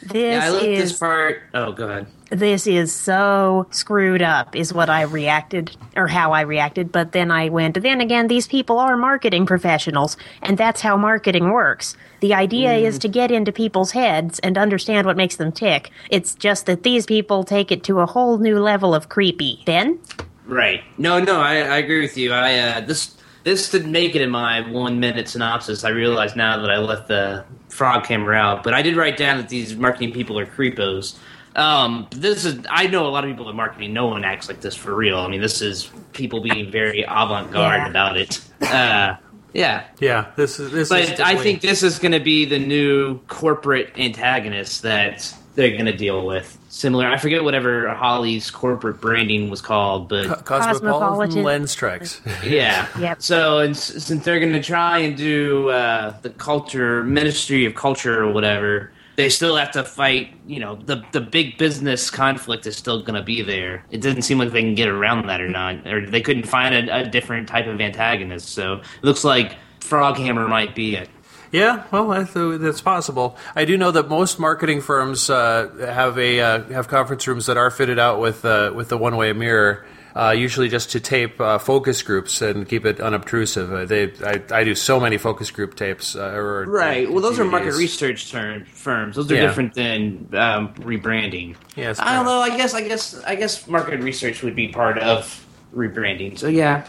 S2: This
S5: I love
S2: is
S5: this part. Oh, go ahead.
S2: this is so screwed up is what i reacted or how i reacted but then i went then again these people are marketing professionals and that's how marketing works the idea is to get into people's heads and understand what makes them tick it's just that these people take it to a whole new level of creepy ben
S5: Right. No, no, I, I agree with you. I uh, this this didn't make it in my one minute synopsis. I realize now that I left the frog camera out, but I did write down that these marketing people are creepos. Um, this is I know a lot of people in marketing. No one acts like this for real. I mean, this is people being very avant garde
S2: Yeah.
S5: about it. Uh, yeah.
S1: Yeah, this is this. is
S5: But I
S1: definitely-
S5: think this is going to be the new corporate antagonist that they're going to deal with. Similar, I forget whatever Holly's corporate branding was called, but
S1: Co- cosmopolitan
S2: Cosmopolitan.
S1: lens strikes.
S5: yeah.
S2: Yep.
S5: So and, s- since they're going to try and do uh, the culture ministry of culture or whatever, they still have to fight. You know, the the big business conflict is still going to be there. It doesn't seem like they can get around that or not, or they couldn't find a, a different type of antagonist. So it looks like Froghammer might be it.
S1: Yeah, well, I th- that's possible. I do know that most marketing firms uh, have a uh, have conference rooms that are fitted out with uh, with the one way mirror, uh, usually just to tape uh, focus groups and keep it unobtrusive. Uh, they, I, I do so many focus group tapes. Uh, or,
S5: Right. Well, those are market
S1: DVDs.
S5: research term, firms. Those are
S1: Yeah.
S5: different than um, rebranding.
S1: Yes,
S5: I
S1: perhaps.
S5: don't know. I guess. I guess. I guess market research would be part of rebranding. So yeah.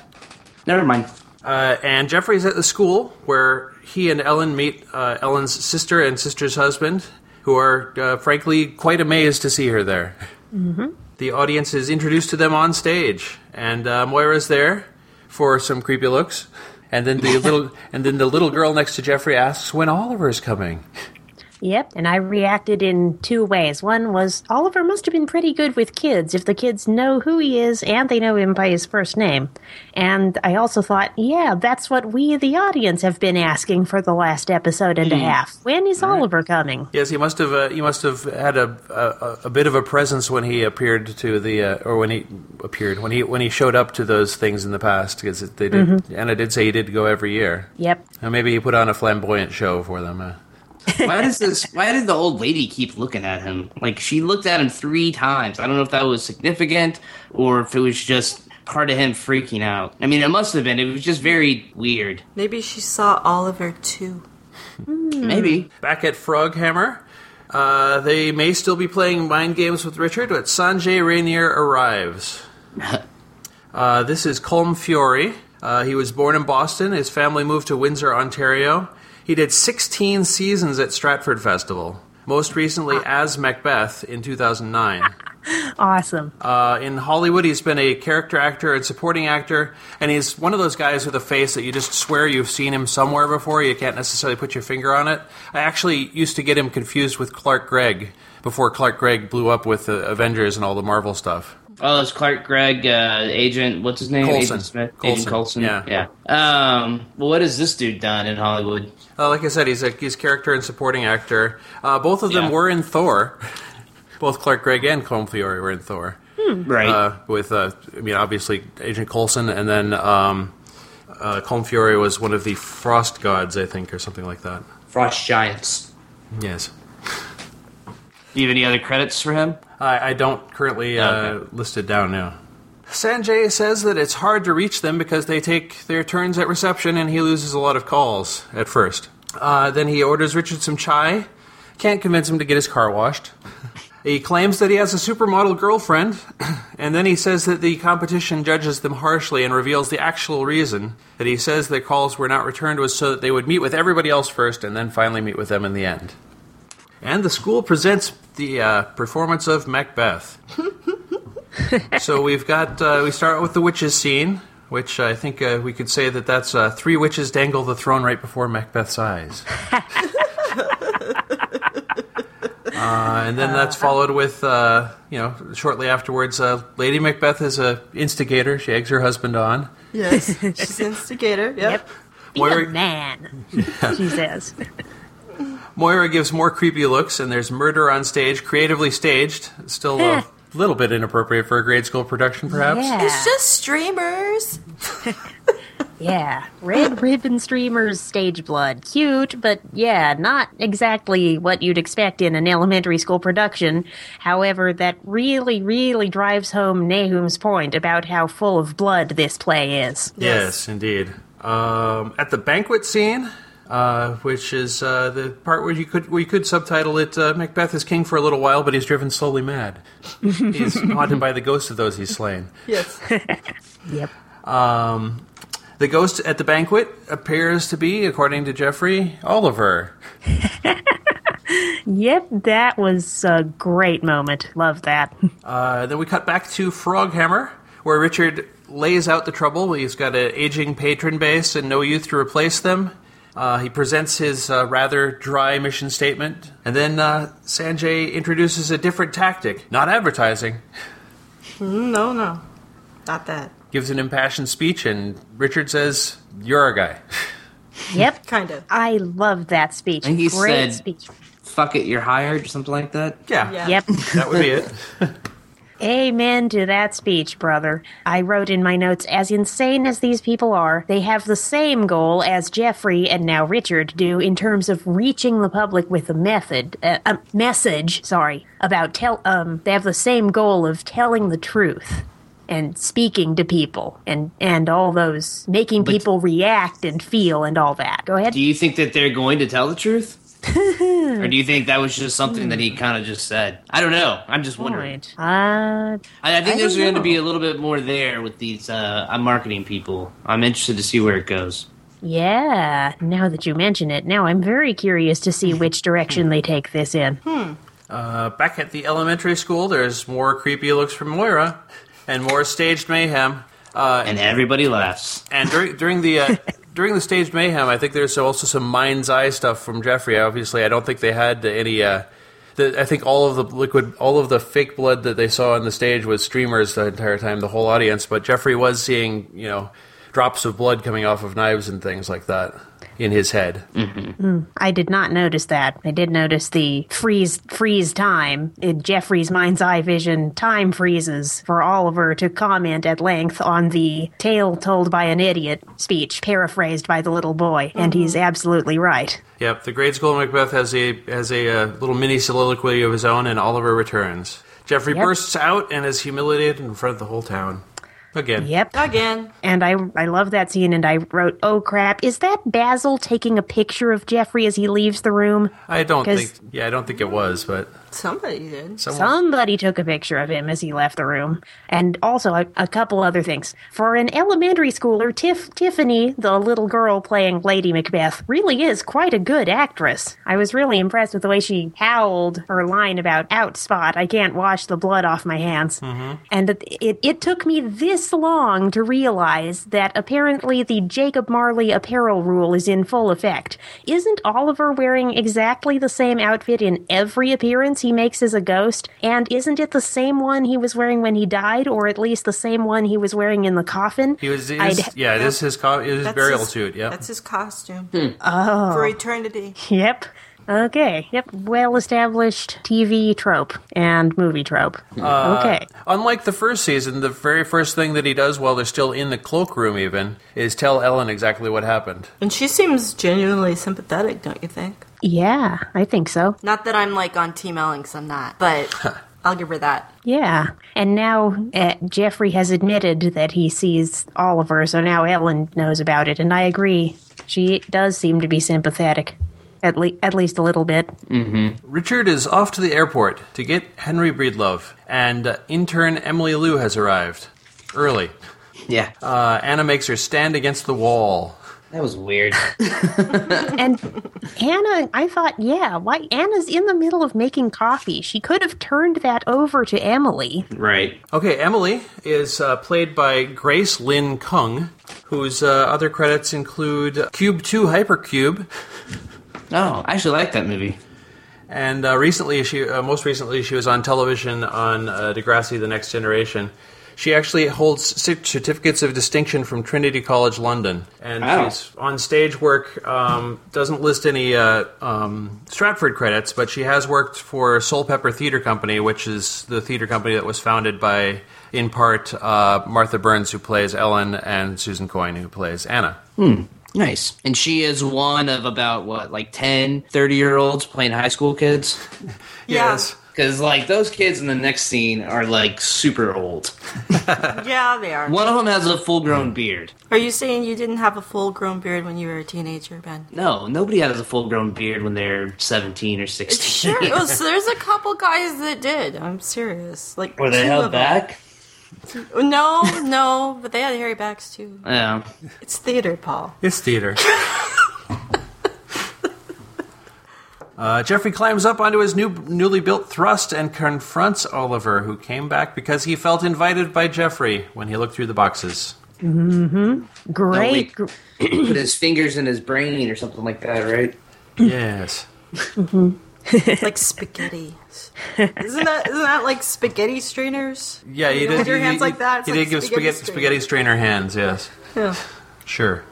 S5: Never mind.
S1: Uh, and Jeffrey's at the school where he and Ellen meet uh, Ellen's sister and sister's husband, who are uh, frankly quite amazed to see her there. The audience is introduced to them on stage, and uh, Moira's there for some creepy looks. And then the little and then the little girl next to Jeffrey asks when Oliver's coming.
S2: Yep, and I reacted in two ways. One was Oliver must have been pretty good with kids if the kids know who he is and they know him by his first name. And I also thought, yeah, that's what we, the audience, have been asking for the last episode and a half. When is Oliver coming?
S1: Yes, he must have. Uh, he must have had a, a a bit of a presence when he appeared to the uh, or when he appeared when he when he showed up to those things in the past because they did. Anna did say he did go every year.
S2: Yep.
S1: And maybe he put on a flamboyant show for them. Uh,
S5: Why does this? Why did the old lady keep looking at him? Like she looked at him three times. I don't know if that was significant or if it was just part of him freaking out. I mean, it must have been. It was just very weird.
S4: Maybe she saw Oliver too.
S5: Maybe.
S1: back at Froghammer, uh, they may still be playing mind games with Richard, but Sanjay Rainier arrives. Uh, this is Colm Fiore, Uh, he was born in Boston. His family moved to Windsor, Ontario. He did 16 seasons at Stratford Festival, most recently as Macbeth in 2009.
S2: Awesome.
S1: Uh, in Hollywood, he's been a character actor and supporting actor, and he's one of those guys with a face that you just swear you've seen him somewhere before. You can't necessarily put your finger on it. I actually used to get him confused with Clark Gregg before Clark Gregg blew up with the Avengers and all the Marvel stuff.
S5: Oh, it's Clark Gregg, uh, agent. What's his name?
S1: Coulson.
S5: Agent Smith. Agent
S1: Coulson,
S5: Coulson.
S1: yeah.
S5: Yeah. Um, well, what has this dude done in Hollywood?
S1: Uh, like I said, he's a he's character and supporting actor. Uh, both of them
S5: Yeah.
S1: were in Thor. both Clark Gregg and Colm Fiore were in Thor.
S5: Right.
S1: uh, with uh, I mean obviously Agent Coulson, and then um, uh, Colm Fiore was one of the Frost gods, I think, or something like that.
S5: Frost Giants.
S1: Yes,
S5: Do you have any other credits for him?
S1: I, I don't currently uh,
S5: Okay.
S1: listed down now. Sanjay says that it's hard to reach them because they take their turns at reception, and he loses a lot of calls at first. Uh, then he orders Richard some chai. Can't convince him to get his car washed. He claims that he has a supermodel girlfriend, and then he says that the competition judges them harshly and reveals the actual reason that he says their calls were not returned was so that they would meet with everybody else first and then finally meet with them in the end. And the school presents the uh, performance of Macbeth. so we've got, uh, we start with the witches scene, which I think uh, we could say that that's uh, three witches dangle the throne right before Macbeth's eyes. Uh, and then that's followed with, uh, you know, shortly afterwards, uh, Lady Macbeth is a instigator. She eggs her husband on.
S4: Yes, she's instigator. Yep.
S2: Yep. Be
S1: Moira-
S2: a man, she says.
S1: Moira gives more creepy looks, and there's murder on stage, creatively staged. Still a little bit inappropriate for a grade school production, perhaps.
S2: Yeah,
S4: It's just streamers.
S2: yeah. Red ribbon streamers, stage blood, cute, but yeah, not exactly what you'd expect in an elementary school production. However, that really, really drives home Nahum's point about how full of blood this play is.
S1: Yes, indeed. Um, at the banquet scene, uh, which is uh, the part where you could we could subtitle it uh, "Macbeth is king" for a little while, but he's driven slowly mad. he's haunted by the ghosts of those he's slain. Um,
S4: Yes.
S2: Yep.
S1: The ghost at the banquet appears to be, according to Jeffrey, Oliver.
S2: Yep, that was a great moment. Love that.
S1: Uh, then we cut back to Froghammer, where Richard lays out the trouble. He's got an aging patron base and no youth to replace them. Uh, he presents his uh, rather dry mission statement, and then uh, Sanjay introduces a different tactic, not advertising.
S4: No, no, not that.
S1: Gives an impassioned speech, and Richard says, "You're a guy."
S2: Yep.
S4: Kind of.
S2: I love that speech.
S5: And he
S2: Great
S5: said-
S2: speech.
S5: Fuck it, you're hired or something like that.
S1: Yeah,
S4: Yeah.
S2: Yep.
S1: that would be it.
S2: Amen to that speech, brother. I wrote in my notes as insane as these people are, they have the same goal as Jeffrey and now Richard do in terms of reaching the public with a method, uh, a message, sorry, about tell um they have the same goal of telling the truth and speaking to people and and all those making people react and feel and all that. Go ahead.
S5: Do you think that they're going to tell the truth? or do you think that was just something that he kind of just said? I don't know. I'm just wondering.
S2: Point. Uh,
S5: I, I think
S2: I
S5: there's
S2: don't
S5: going to
S2: know.
S5: be a little bit more there with these uh, uh, marketing people. I'm interested to see where it goes.
S2: yeah. Now that you mention it, now I'm very curious to see which direction they take this in.
S1: Uh, back at the elementary school, there's more creepy looks from Moira, and more staged mayhem. Uh,
S5: And everybody laughs.
S1: And during during the uh, during the staged mayhem, I think there's also some mind's eye stuff from Jeffrey. Obviously, I don't think they had any. Uh, the, I think all of the liquid, all of the fake blood that they saw on the stage was streamers the entire time, the whole audience. But Jeffrey was seeing, you know, drops of blood coming off of knives and things like that in his head.
S2: I did not notice that. I did notice the freeze freeze time in Jeffrey's mind's eye vision. Time freezes for Oliver to comment at length on the tale told by an idiot speech paraphrased by the little boy, and he's absolutely right.
S1: Yep, the grade school Macbeth has a has a uh, little mini soliloquy of his own, and Oliver returns. Jeffrey
S2: Yep.
S1: bursts out and is humiliated in front of the whole town. Again,
S2: Yep.
S4: Again.
S2: And I I love that scene and I wrote, "Oh crap, is that Basil taking a picture of Jeffrey as he leaves the room?"
S1: I don't
S2: 'Cause-
S1: think. Yeah, I don't think it was, but
S4: Somebody did.
S1: Someone-
S2: Somebody took a picture of him as he left the room. And also a, a couple other things. For an elementary schooler, Tiff, Tiffany, the little girl playing Lady Macbeth, really is quite a good actress. I was really impressed with the way she howled her line about outspot, I can't wash the blood off my hands. And it, it, it took me this long to realize that apparently the Jacob Marley apparel rule is in full effect. Isn't Oliver wearing exactly the same outfit in every appearance he makes as a ghost? And isn't it the same one he was wearing when he died, or at least the same one he was wearing in the coffin?
S1: He was, it
S2: I'd-
S1: is, yeah, it is his, co- it is
S4: That's
S1: burial
S4: his-
S1: suit. Yeah,
S4: That's his costume. For eternity.
S2: Yep. Okay. Yep. Well established TV trope and movie trope.
S1: Uh,
S2: okay.
S1: Unlike the first season, the very first thing that he does while they're still in the cloakroom, even, is tell Ellen exactly what happened.
S4: And she seems genuinely sympathetic, don't you think?
S2: Yeah, I think so.
S4: Not that I'm like on Team Ellen, 'cause I'm not, but I'll give her that.
S2: Yeah. And now uh, Jeffrey has admitted that he sees Oliver, so now Ellen knows about it. And I agree. She does seem to be sympathetic, at, le- at least a little bit.
S1: Richard is off to the airport to get Henry Breedlove, and uh, intern Emily Lou has arrived early.
S5: Yeah.
S1: Uh, Anna makes her stand against the wall.
S6: That was weird.
S2: And Anna, I thought, yeah, why? Anna's in the middle of making coffee. She could have turned that over to Emily.
S6: right.
S1: Okay, Emily is uh, played by Grace Lynn Kung, whose uh, other credits include Cube 2 Hypercube,
S5: Oh, I actually like that movie.
S1: and uh, recently she, uh, most recently, she was on television on uh, Degrassi: The Next Generation. She actually holds cert- certificates of distinction from Trinity College London, and
S5: Wow.
S1: she's on stage work. Um, doesn't list any uh, um, Stratford credits, but she has worked for Soul Pepper Theatre Company, which is the theatre company that was founded by, in part, uh, Martha Burns, who plays Ellen, and Susan Coyne, who plays Anna.
S5: Nice. And she is one of about, what, like 10, 30 year olds playing high school kids?
S4: Yeah.
S5: Because, like, those kids in the next scene are, like, super old.
S4: Yeah, they are.
S5: One of them has a full grown beard.
S4: Are you saying you didn't have a full grown beard when you were a teenager, Ben?
S5: No, nobody has a full grown beard when they're 17 or 16.
S4: Sure. it was- there's a couple guys that did. I'm serious. Like
S5: Were they
S4: two
S5: held
S4: of them.
S5: back?
S4: No, no, but they had hairy backs too.
S5: Yeah.
S4: It's theater, Paul.
S1: It's theater. Uh, Jeffrey climbs up onto his new, newly built thrust and confronts Oliver, who came back because he felt invited by Jeffrey when he looked through the boxes.
S2: Great.
S5: wait. Put his fingers in his brain or something like that, right?
S1: Yes.
S4: It's like spaghetti. Isn't that isn't that like spaghetti strainers?
S1: Yeah, he
S4: You
S1: did.
S4: hold your
S1: he-
S4: hands
S1: he-
S4: like that, it's
S1: He
S4: like
S1: did give
S4: spaghetti
S1: spaghetti, spaghetti
S4: strainer.
S1: strainer hands. Yes,
S4: Yeah.
S1: sure.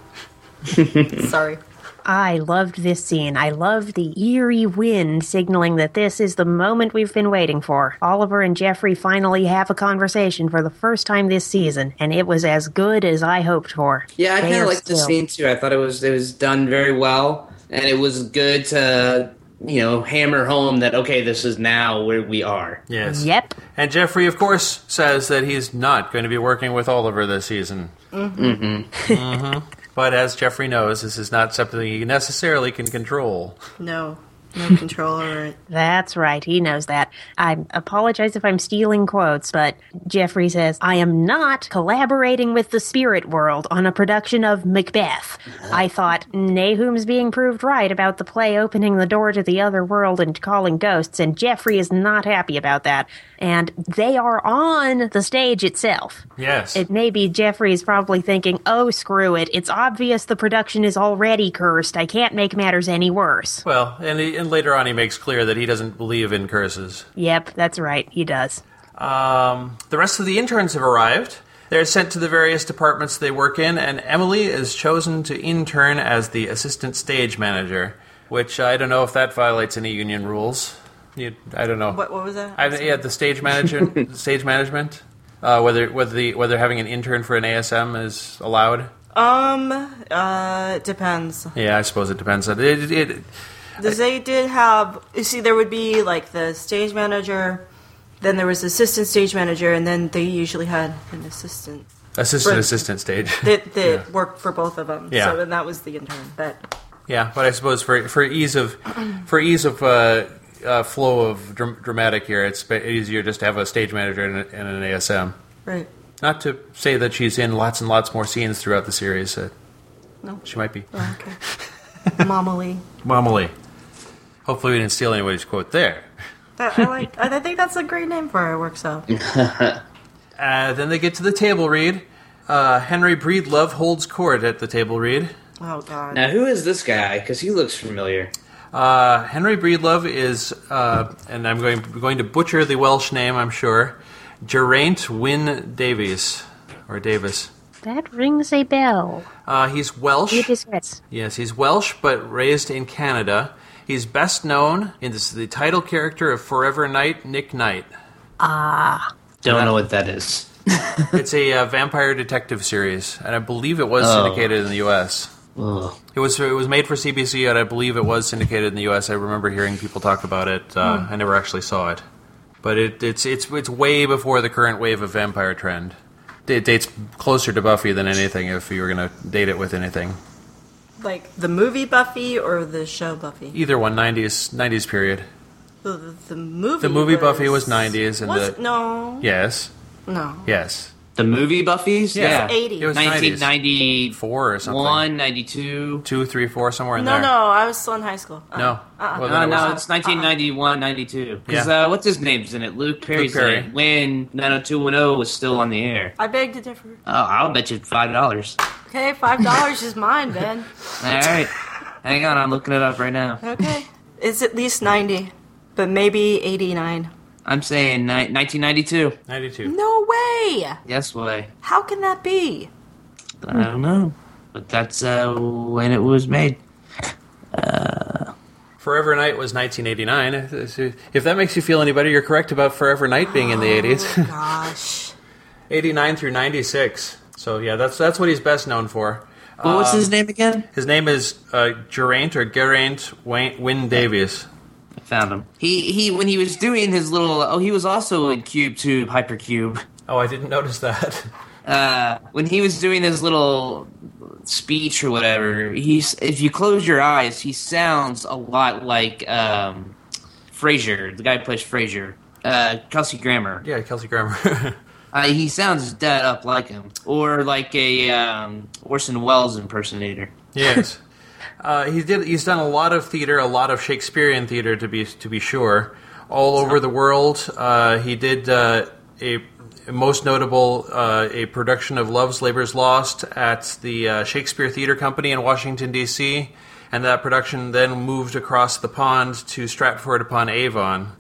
S4: Sorry.
S2: I loved this scene. I loved the eerie wind signaling that this is the moment we've been waiting for. Oliver and Jeffrey finally have a conversation for the first time this season, and it was as good as I hoped for.
S5: Yeah, I
S2: They
S5: kind
S2: are
S5: of liked the
S2: still-
S5: scene too. I thought it was it was done very well, and it was good to you know hammer home that okay, this is now where we are.
S1: Yes.
S2: Yep.
S1: And Jeffrey, of course, says that he's not going to be working with Oliver this season. Mm-hmm. But as Jeffrey knows, this is not something he necessarily can control.
S4: No. No control over it.
S2: That's right. He knows that. I apologize if I'm stealing quotes, but Jeffrey says, I am not collaborating with the spirit world on a production of Macbeth. I thought, Nahum's being proved right about the play opening the door to the other world and calling ghosts, and Jeffrey is not happy about that. And they are on the stage itself
S1: Yes.
S2: it may be Jeffrey's probably thinking, oh, screw it. It's obvious the production is already cursed. I can't make matters any worse.
S1: Well, and, he, and later on, he makes clear that he doesn't believe in curses.
S2: Yep, that's right. He does.
S1: Um, the rest of the interns have arrived. They're sent to the various departments they work in, and Emily is chosen to intern as the assistant stage manager, which I don't know if that violates any union rules. You, I don't know.
S4: What what was that?
S1: I, yeah, the stage manager, stage management, uh, whether whether the, whether having an intern for an ASM is allowed.
S4: Um uh it depends.
S1: Yeah, I suppose it depends on it. it, it
S4: Because they did have. You see, there would be like the stage manager, then there was assistant stage manager, and then they usually had an assistant
S1: assistant
S4: Right.
S1: assistant stage.
S4: that that worked for both of them.
S1: Yeah.
S4: So and that was the intern. But
S1: Yeah, but I suppose for for ease of for ease of uh, uh, flow of dr- dramatic here, it's ba- easier just to have a stage manager and, a- and an ASM.
S4: Right.
S1: Not to say that she's in lots and lots more scenes throughout the series. Uh,
S4: No.
S1: She might be.
S4: Oh, okay. Mama Lee.
S1: Mama Lee. Hopefully, we didn't steal anybody's quote there.
S4: That, I like. I think that's a great name for how it works out.
S1: Uh, then they get to the table read. Uh, Henry Breedlove holds court at the table read.
S4: Oh God.
S6: Now, who is this guy? Because he looks familiar.
S1: Uh, Henry Breedlove is, uh, and I'm going going to butcher the Welsh name, I'm sure. Geraint Wyn Davies or Davis.
S2: That rings a bell.
S1: Uh, he's Welsh.
S2: It is yes.
S1: Yes, he's Welsh but raised in Canada. He's best known in this, the title character of Forever Knight, Nick Knight.
S6: Don't know what that is.
S1: It's a uh, vampire detective series, and I believe it was
S6: Oh.
S1: syndicated in the U.S.
S6: Ugh.
S1: It was it was made for CBC, and I believe it was syndicated in the U.S. I remember hearing people talk about it. Uh,
S5: Hmm.
S1: I never actually saw it, but it, it's it's it's way before the current wave of vampire trend. It dates closer to Buffy than anything, if you were going to date it with anything.
S4: Like the movie Buffy or the show Buffy?
S1: Either one, 90s, 90s period.
S4: The, the, the movie.
S1: The movie Buffy was 90s and
S4: was,
S1: the-
S4: no.
S1: Yes,
S4: No.
S1: yes.
S5: The movie Buffy's?
S1: Yeah.
S5: Yeah.
S4: Eighty.
S1: It was 90s.
S5: 1994
S1: Four or something.
S5: One ninety two.
S1: Two, three, four, somewhere in
S4: no,
S1: there.
S4: no. I was still in high school. Uh,
S1: No. Well, then
S5: Uh-uh. No,
S1: it was-
S5: no, it's 1991, 92. Because
S1: Yeah.
S5: uh, what's his name's in it? Luke Perry's
S1: Perry.
S5: in it when 90210 was still on the air.
S4: I beg to differ.
S5: Oh, I'll bet you $5.
S4: Okay, five dollars is mine, Ben.
S5: All right. Hang on, I'm looking it up right now.
S4: Okay. It's at least ninety, but maybe eighty-nine.
S5: I'm saying ni- 1992.
S1: 92.
S4: No way.
S5: Yes, way.
S4: How can that be?
S5: I don't know. But that's uh, when it was made.
S1: Forever Night was 1989. If that makes you feel any better, you're correct about Forever Night being in the 80s.
S4: Gosh.
S1: 89 through 96. So yeah, that's that's what he's best known for.
S5: What
S1: Um,
S5: was his name again?
S1: His name is uh, Geraint or Geraint Wayne, Wynne Davies.
S5: I found him. He, he when he was doing his little. Oh, he was also in Cube Tube, Hypercube.
S1: Oh, I didn't notice that.
S5: uh, when he was doing his little speech or whatever, he's if you close your eyes, he sounds a lot like um, Frasier, the guy who plays Frasier, uh, Kelsey Grammer.
S1: yeah, Kelsey Grammer.
S5: Uh, he sounds dead up like him, or like a um, Orson Welles impersonator.
S1: yes. Uh, he did. He's done a lot of theater, a lot of Shakespearean theater, to be to be sure, all over the world. Uh, he did uh, a most notable uh, a production of Love's Labor's Lost at the uh, Shakespeare Theater Company in Washington D.C., and that production then moved across the pond to Stratford upon Avon.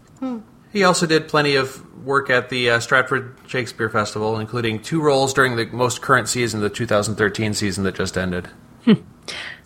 S1: He also did plenty of work at the uh, Stratford Shakespeare Festival, including two roles during the most current season, the 2013 season that just ended.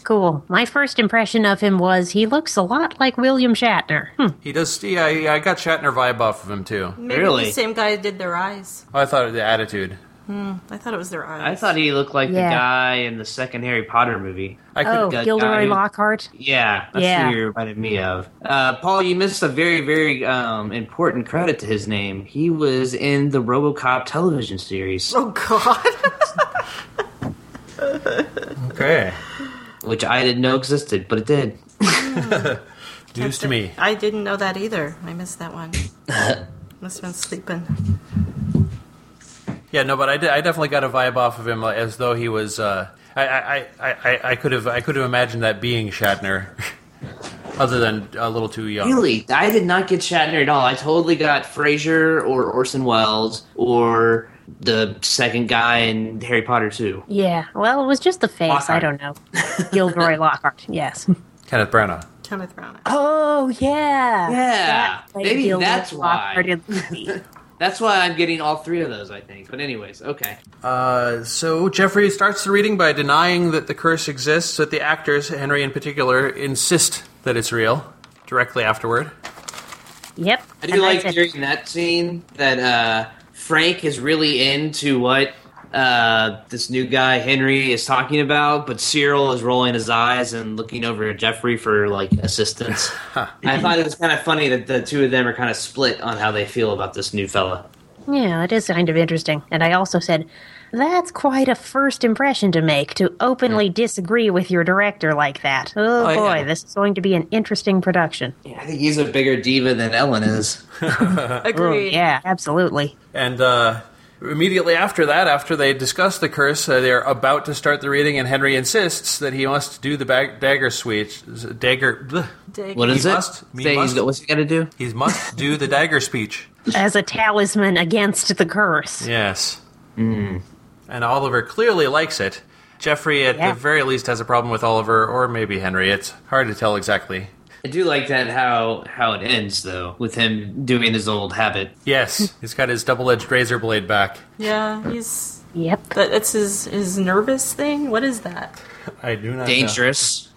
S2: Cool. My first impression of him was he looks a lot like William Shatner. Hmm.
S1: He does. Yeah, yeah, I got Shatner vibe off of him too. Oh,
S4: Maybe
S5: Really?
S4: the same guy did their eyes.
S1: I thought of the attitude.
S4: I thought it was their eyes.
S5: I thought he looked like
S2: Yeah.
S5: the guy in the second Harry Potter movie.
S1: I could,
S2: Oh,
S5: good
S2: Gilderoy
S5: guy.
S2: Lockhart.
S5: Yeah, that's
S2: Yeah.
S5: who you reminded me of. Uh, Paul, you missed a very, very um, important credit to his name. He was in the RoboCop television series,
S4: Oh God.
S1: Okay,
S5: which I didn't know existed, but it did.
S1: news to me.
S4: I didn't know that either. I missed that one. Must have been sleeping.
S1: Yeah, no, but I, did, I definitely got a vibe off of him like, as though he was. Uh, I, I, I, I, I could have, I could have imagined that being Shatner, other than a little too young.
S5: Really, I did not get Shatner at all. I totally got Frasier or Orson Welles or the second guy in Harry Potter 2.
S2: Yeah. Well, it was just the face. I
S5: Lockhart.
S2: don't know. Gilderoy Lockhart. Yes.
S1: Kenneth Branagh.
S4: Kenneth Brown.
S5: Uh,
S2: Oh yeah.
S5: Yeah,
S2: Like
S5: maybe
S2: Gilderoy
S5: that's
S2: Lockhart
S5: why.
S2: in the movie.
S5: That's why I'm getting all three of those, I think. But anyways, okay.
S1: Uh, so Jeffrey starts the reading by denying that the curse exists. That the actors, Henry in particular, insist that it's real. Directly afterward.
S2: Yep.
S5: I do
S2: And
S5: like
S2: said,
S5: during that scene that uh, Frank is really into what uh, this new guy Henry is talking about, but Cyril is rolling his eyes and looking over at Jeffrey for like assistance. I thought it was kind of funny that the two of them are kind of split on how they feel about this new fella.
S2: Yeah, that is kind of interesting. And I also said, That's quite a first impression to make, to openly
S5: Hmm.
S2: disagree with your director like that. Oh,
S7: Oh,
S2: boy,
S7: yeah.
S2: this is going to be an interesting production.
S5: I think he's a bigger diva than Ellen is. oh,
S4: Agreed.
S2: Yeah, absolutely.
S1: And uh, immediately after that, after they discuss the curse, uh, they're about to start the reading, and Henry insists that he must do the bag- dagger speech. Dagger. bleh.
S4: Dig.
S5: What is
S1: He
S5: it?
S1: must- he
S5: Say,
S1: must.
S5: What's he got to do?
S1: He must do the dagger speech.
S2: As a talisman against the curse.
S1: Yes. Mm. And Oliver clearly likes it. Jeffrey, at
S2: Yeah.
S1: the very least, has a problem with Oliver, or maybe Henry. It's hard to tell exactly.
S5: I do like that how how it ends though, with him doing his old habit.
S1: Yes, he's got his double edged razor blade back.
S4: Yeah, he's.
S2: Yep.
S4: That, that's his his nervous thing. What is that?
S1: I do not
S5: Dangerous.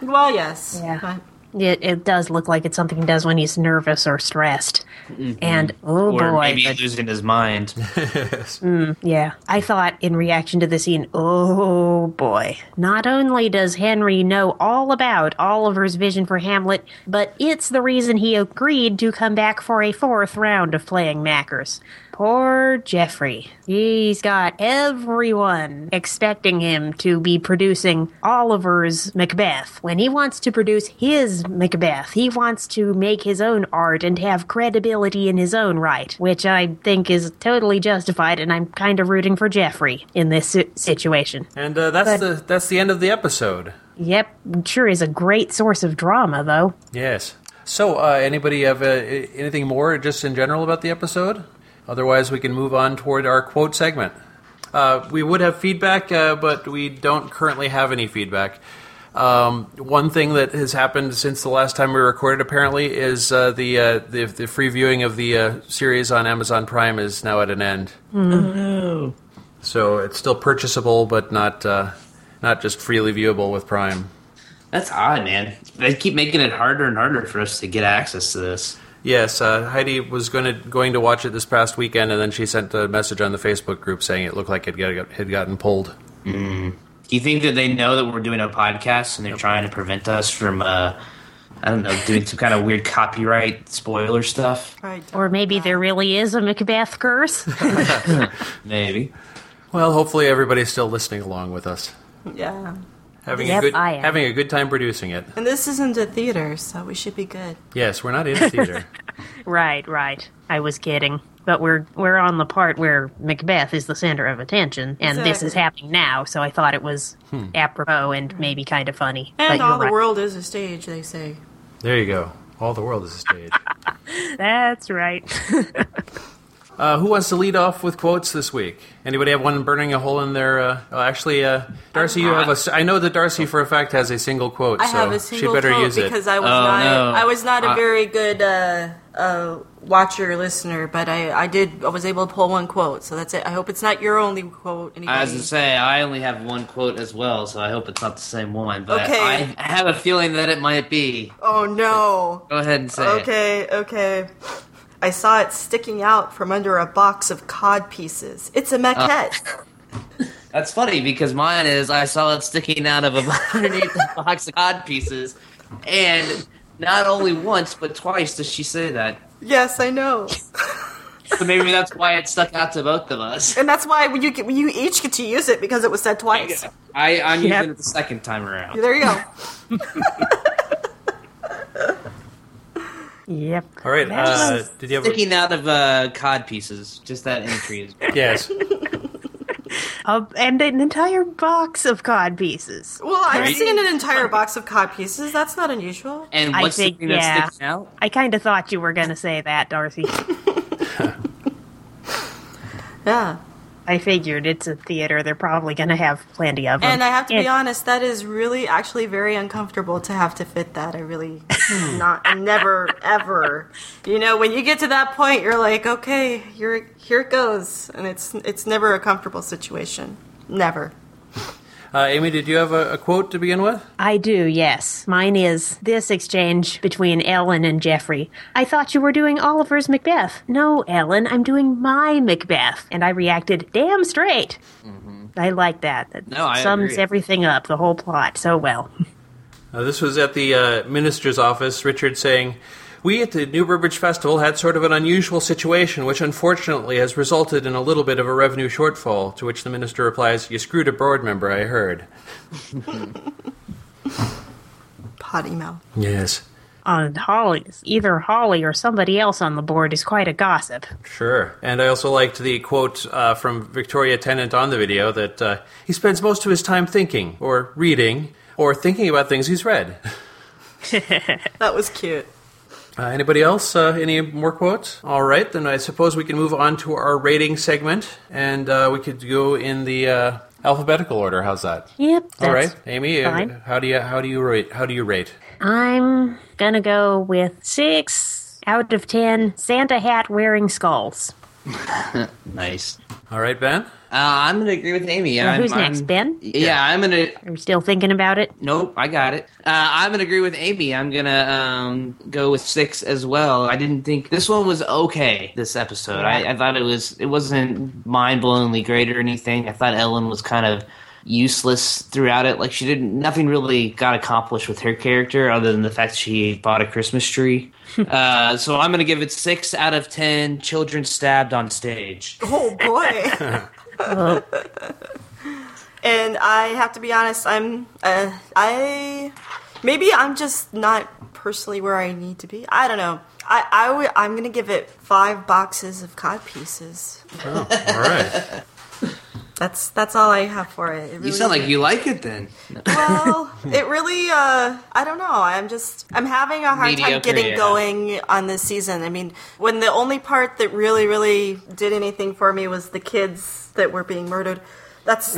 S4: Well, yes.
S2: Yeah.
S4: but-
S2: It, it does look like it's something he does when he's nervous or stressed. And oh
S5: Or
S2: boy,
S5: maybe
S2: the-
S5: losing his mind.
S2: yeah. I thought in reaction to the scene, oh boy. Not only does Henry know all about Oliver's vision for Hamlet, but it's the reason he agreed to come back for a fourth round of playing Mackers. Poor Jeffrey. He's got everyone expecting him to be producing Oliver's Macbeth. When he wants to produce his Macbeth, he wants to make his own art and have credibility in his own right, which I think is totally justified, and I'm kind of rooting for Jeffrey in this si- situation.
S1: And uh, that's the that's the end of the episode.
S2: Yep, sure is a great source of drama, though.
S1: Yes. So, uh, anybody have uh, a- anything more, just in general, about the episode? Otherwise, we can move on toward our quote segment. Uh, we would have feedback, uh, but we don't currently have any feedback. Um, one thing that has happened since the last time we recorded, apparently, is uh, the, uh, the the free viewing of the uh, series on Amazon Prime is now at an end. So it's still purchasable, but not uh, not just freely viewable with Prime.
S5: That's odd, man. They keep making it harder and harder for us to get access to this.
S1: Yes, uh, Heidi was going to going to watch it this past weekend, and then she sent a message on the Facebook group saying it looked like it got, had gotten pulled.
S5: Do you think that they know that we're doing a podcast and they're trying to prevent us from, uh, I don't know, doing some kind of weird copyright spoiler stuff?
S4: Right.
S2: Or maybe there really is a Macbeth curse.
S5: Maybe.
S1: Well, hopefully everybody's still listening along with us,
S4: Yeah.
S1: having
S2: Yep,
S1: a good
S2: I am.
S1: having a good time producing it.
S4: And this isn't a theater, so we should be good.
S1: Yes, we're not in a theater.
S2: Right, right. I was kidding. But we're we're on the part where Macbeth is the center of attention, and this
S4: Exactly.
S2: is happening now. So I thought it was apropos and maybe kind of funny. but
S4: And
S2: you're
S4: all the
S2: right.
S4: world is a stage, they say.
S1: there you go. All the world is a stage.
S2: That's right.
S1: Uh, who wants to lead off with quotes this week? Anybody have one burning a hole in their? Uh, oh, actually, uh, Darcy, you have a. s- I know that Darcy for a fact has a single quote,
S4: I
S1: so
S4: have a
S1: she
S4: single
S1: better
S4: quote
S1: use it.
S4: because I was
S5: Oh,
S4: not
S5: no.
S4: I was not a
S5: I-
S4: very good uh, uh, watcher listener, but I, I did I was able to pull one quote, so that's it. I hope it's not your only quote. Anybody.
S5: I was going to say, I only have one quote as well, so I hope it's not the same one, but
S4: Okay.
S5: I, I have a feeling that it might be.
S4: oh no.
S5: Go ahead and say it.
S4: Okay, okay. I saw it sticking out from under a box of cod pieces. It's a maquette.
S5: Uh. That's funny because mine is I saw it sticking out of a underneath the box of cod pieces, and not only once but twice does she say that.
S4: yes, I know.
S5: So maybe that's why it stuck out to both of us.
S4: And that's why you get- you each get to use it because it was said twice.
S5: I, I'm
S2: Yep.
S5: using it the second time around.
S4: There you go.
S2: yep.
S1: All right. Uh, did you have? A,
S5: Sticking out of uh, cod pieces, just that entry is.
S1: yes.
S2: Uh, and an entire box of cod pieces.
S4: Well, I've
S5: Right?
S4: seen an entire box of cod pieces. That's not unusual.
S5: And
S2: I
S5: what's the
S2: think,
S5: thing
S2: yeah.
S5: that's sticking out?
S2: I kind of thought you were going to say that, Darcy.
S4: Yeah.
S2: I figured it's a theater; they're probably going to have plenty of them.
S4: And I have to be
S2: And-
S4: honest, that is really actually very uncomfortable to have to fit that. I really not I never ever. You know, when you get to that point, you're like, okay, here here it goes, and it's it's never a comfortable situation. Never.
S1: Uh, Amy, did you have a, a quote to begin with?
S2: I do, yes. Mine is this exchange between Ellen and Jeffrey. I thought you were doing Oliver's Macbeth. No, Ellen, I'm doing my Macbeth. And I reacted, damn straight. I like that. That
S5: Mm-hmm. No, I
S2: sums
S5: agree.
S2: everything up, the whole plot, so well.
S1: Uh, this was at the uh, minister's office. Richard saying, We at the New Burbage Festival had sort of an unusual situation, which unfortunately has resulted in a little bit of a revenue shortfall. To which the minister replies, You screwed a board member, I heard.
S4: Potty mouth.
S1: Yes.
S2: On Holly, either Holly or somebody else on the board is quite a gossip.
S1: Sure. And I also liked the quote uh, from Victoria Tennant on the video that uh, he spends most of his time thinking, or reading, or thinking about things he's read.
S4: That was cute.
S1: Uh, anybody else? Uh, any more quotes? All right, then I suppose we can move on to our rating segment, and uh, we could go in the uh, alphabetical order. How's that?
S2: Yep.
S1: All
S2: that's
S1: right, Amy. uh,
S2: fine.
S1: How do you how do you rate? How do you rate?
S2: I'm gonna go with six out of ten Santa hat wearing skulls.
S5: Nice. Uh,
S1: All right, Ben.
S5: I'm gonna agree with Amy.
S2: Now,
S5: I'm-
S2: who's
S5: I'm-
S2: next, Ben?
S5: Yeah, I'm gonna.
S2: I'm still thinking about it.
S5: Nope, I got it. Uh, I'm gonna agree with Amy. I'm gonna um, go with six as well. I didn't think this one was okay. This episode, I, I thought it was. It wasn't mind-blowingly great or anything. I thought Ellen was kind of useless throughout it. Like she didn't. Nothing really got accomplished with her character other than the fact she bought a Christmas tree. uh, so I'm gonna give it six out of ten. Children stabbed on stage.
S4: Oh boy. and I have to be honest, I'm uh, I maybe I'm just not personally where I need to be. I don't know. I I w- I'm gonna give it five boxes of cod pieces.
S1: All right.
S4: That's that's all I have for it. It
S5: You
S4: really-
S5: sound like you like it then.
S4: well, it really uh I don't know. I'm just I'm having a hard time
S5: Mediocre,
S4: getting
S5: yeah.
S4: going on this season. I mean, when the only part that really really did anything for me was the kids that were being murdered. That's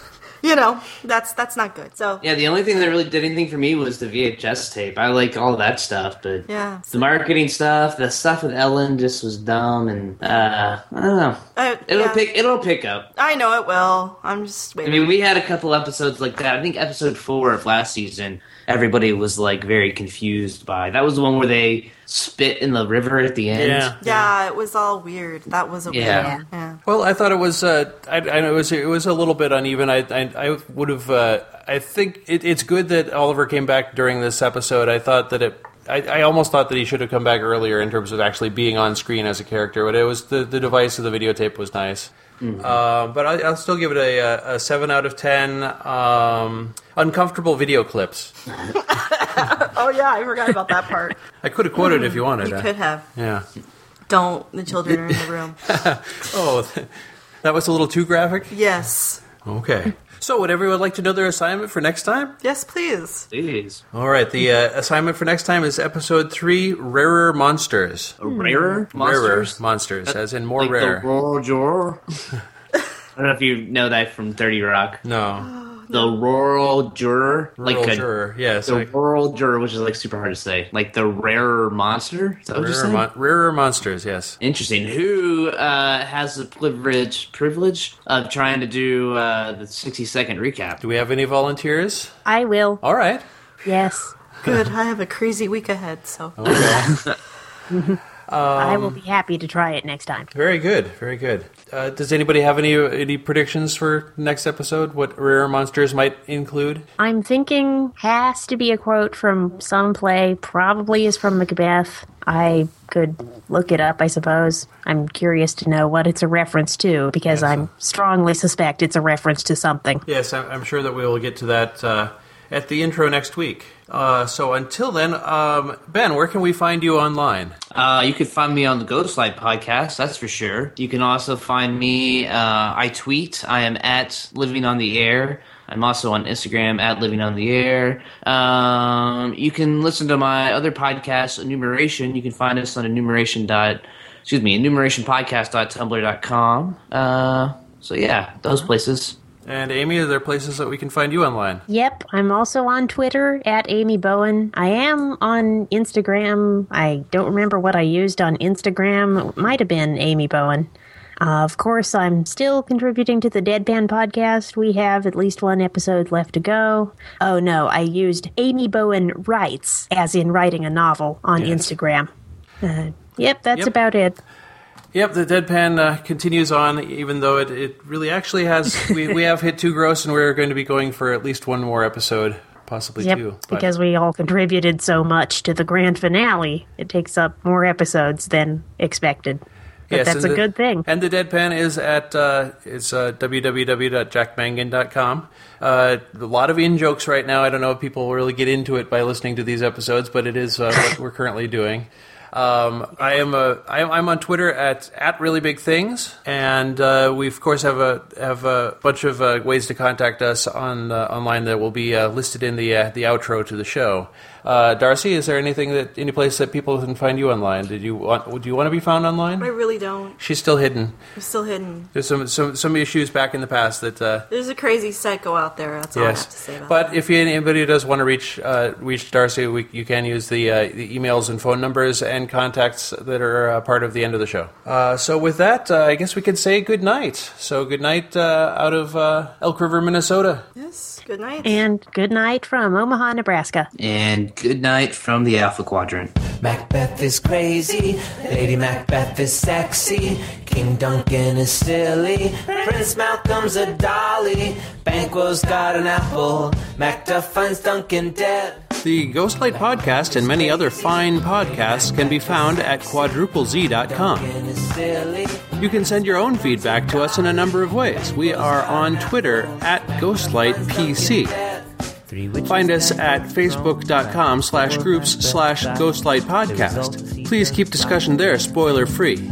S4: you know, that's that's not good. So,
S5: Yeah, the only thing that really did anything for me was the VHS tape. I like all that stuff, but
S4: Yeah.
S5: the marketing stuff, the stuff with Ellen just was dumb, and uh, I don't know.
S4: uh,
S5: It'll
S4: yeah.
S5: pick. It'll pick up.
S4: I know it will. I'm just
S5: I
S4: waiting.
S5: mean, we had a couple episodes like that. I think episode four of last season, everybody was like very confused by. That was the one where they spit in the river at the end.
S1: Yeah.
S4: yeah, it was all weird. That was a
S5: Yeah.
S4: weird. Yeah.
S1: Well, I thought it was. Uh, I, I know it was. It was a little bit uneven. I. I, I would have. Uh, I think it, it's good that Oliver came back during this episode. I thought that it. I, I almost thought that he should have come back earlier in terms of actually being on screen as a character, but it was the, the device of the videotape was nice. Uh, but I, I'll still give it a, uh, a seven out of ten. Um, uncomfortable video clips.
S4: Oh yeah, I forgot about that part.
S1: I could have quoted if you wanted.
S4: You
S1: Uh,
S4: could have.
S1: Yeah.
S4: Don't. The children are in the room.
S1: Oh, that was a little too graphic.
S4: Yes.
S1: Okay. So, would everyone like to know their assignment for next time?
S4: Yes, please.
S5: Jeez.
S1: All right. The uh, assignment for next time is episode three: rarer monsters.
S5: Rarer monsters.
S1: Rarer monsters, as in more
S5: Like the
S1: rare.
S5: roar jaw. I don't know if you know that from Thirty Rock.
S1: no,
S5: The rural juror,
S1: rural
S5: like a
S1: juror. Yes,
S5: the
S1: like
S5: rural juror, which is like super hard to say, like the rarer monster. Is that what you
S1: rarer,
S5: said?
S1: mon- rarer monsters. Yes.
S5: Interesting. Who uh, has the privilege privilege of trying to do uh, the sixty second recap?
S1: Do we have any volunteers?
S2: I will.
S1: All right.
S2: Yes.
S4: Good. I have a crazy week ahead, so.
S1: Oh.
S2: I will be happy to try it next time.
S1: Very good. Very good. Uh, does anybody have any any predictions for next episode? What rarer monsters might include?
S2: I'm thinking has to be a quote from some play, probably is from Macbeth. I could look it up, I suppose. I'm curious to know what it's a reference to because I'm strongly suspect it's a reference to something.
S1: Yes, I'm, I'm sure that we will get to that uh, at the intro next week. Uh, so until then, um, Ben, where can we find you online?
S5: Uh, you can find me on the Ghostlight podcast, that's for sure. You can also find me. Uh, I tweet. I am at Living on the Air. I'm also on Instagram at Living on the Air. Um, you can listen to my other podcast, Enumeration. You can find us on enumeration dot, excuse me, enumerationpodcast.tumblr.com. Uh, so yeah, those places.
S1: And Amy, are there places that we can find you online?
S2: Yep, I'm also on Twitter at Amy Bowen. I am on Instagram. I don't remember what I used on Instagram. It might have been Amy Bowen. Uh, of course, I'm still contributing to the Deadpan podcast. We have at least one episode left to go. Oh no, I used Amy Bowen Writes, as in writing a novel, on Instagram. Uh, yep, that's
S1: Yep.
S2: about it.
S1: Yep, the deadpan uh, continues on, even though it, it really actually has. we, we have hit two gross, and we're going to be going for at least one more episode. possibly
S2: Yep,
S1: two. But
S2: because we all contributed so much to the grand finale, it takes up more episodes than expected. But
S1: Yes,
S2: that's
S1: and
S2: a
S1: the-
S2: good thing.
S1: And the deadpan is at uh, is uh, www.jackmangan.com. Uh, a lot of in jokes right now. I don't know if people really get into it by listening to these episodes, but it is uh, what we're currently doing. Um, I am a, I'm, I'm on Twitter at at really big things, and uh, we of course have a have a bunch of uh, ways to contact us on uh, online that will be uh, listed in the uh, the outro to the show. Uh, Darcy, is there anything that any place that people can find you online? Did you want do you want to be found online?
S4: I really don't.
S1: She's still hidden.
S4: I'm still hidden.
S1: There's some some some issues back in the past that. Uh,
S4: There's a crazy psycho out there. That's all I have to
S1: Yes,
S4: say about
S1: but if you, anybody does want to reach uh, reach Darcy, we, you can use the, uh, the emails and phone numbers and contacts that are uh, part of the end of the show. Uh, so with that, uh, I guess we can say good night. So good night uh, out of uh, Elk River, Minnesota.
S4: that. Yes. Good night.
S2: And good night from Omaha, Nebraska.
S6: And good night from the Alpha Quadrant.
S3: Macbeth is crazy. Lady Macbeth is sexy. King Duncan is silly. Prince Malcolm's a dolly. Banquo's got an apple. Macduff finds Duncan dead.
S1: The Ghostlight Podcast and many other fine podcasts can be found at quadruplez.com.
S3: Duncan is silly.
S1: You can send your own feedback to us in a number of ways. We are on Twitter at GhostlightPC.
S3: Three witches
S1: Find us at
S3: down the throne.
S1: facebook.com slash groups slash ghostlight podcast. Please keep discussion there spoiler free.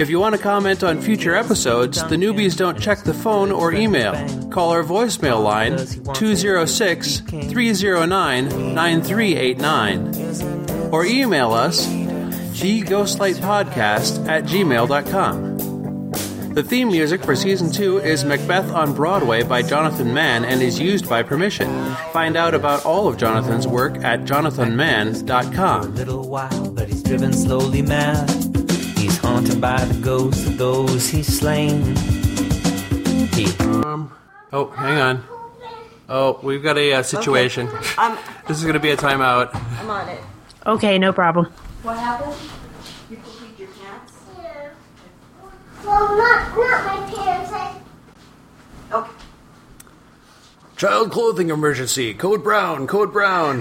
S1: If you want to comment on future episodes, the newbies don't check the phone or email. Call our voicemail line 206 309 9389 or email us theghostlightpodcast at gmail.com. The theme music for season two is Macbeth on Broadway by Jonathan Mann and is used by permission. Find out about all of Jonathan's work at
S3: A
S1: jonathanmann.com.
S3: little while, but he's driven slowly mad. He's haunted by the ghosts of those he's slain. He
S1: Oh, hang on. Oh, we've got a uh, situation.
S4: I'm,
S1: this is going to be a timeout.
S4: I'm on it.
S2: Okay, no problem.
S4: What happened? You pooped your pants?
S8: Yeah. Well, not not my parents. I
S4: Okay.
S1: Child clothing emergency. Code brown. Code brown.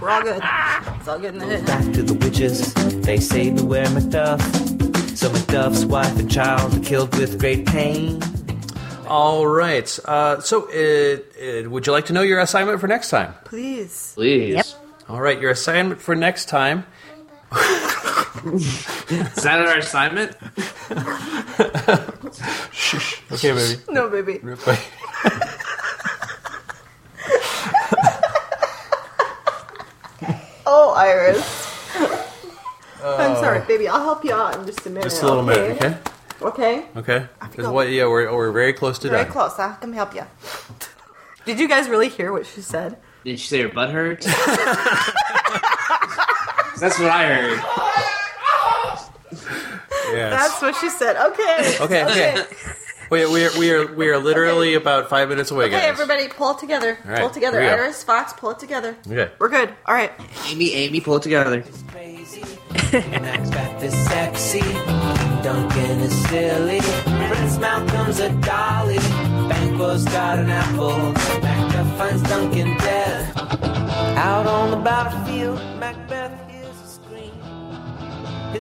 S4: We're all good. It's all good in the hood.
S3: back to the witches. They say beware Macduff. So Macduff's wife and child are killed with great pain.
S1: all right. Uh, so, uh, uh, would you like to know your assignment for next time?
S4: Please.
S6: Please.
S2: Yep.
S1: All right, your assignment for next time
S6: Is that our assignment?
S1: Okay, baby.
S4: No, baby. Oh, Iris. I'm sorry, baby. I'll help you out in just a minute.
S1: Uh, Just a little minute, okay?
S4: Okay.
S1: Okay. Because what? Yeah, we're, oh, we're very close to
S4: Very
S1: done.
S4: close. I'll come help you. Did you guys really hear what she said?
S6: Did she say her butt hurt? That's what I heard.
S1: Yes.
S4: That's what she said. Okay.
S1: Okay, okay. we, we, are, we, are, we are literally about five minutes away, guys.
S4: Okay, everybody, pull it together.
S1: All right,
S4: pull it together.
S1: here we go.
S4: Iris, Fox, pull it together.
S1: Okay.
S4: We're good. All right.
S6: Amy, Amy, pull it together.
S3: Crazy. Macbeth is sexy. Duncan is silly. Prince Malcolm's a dolly. Banquo's got an apple. Macduff finds Duncan dead. Out on the battlefield.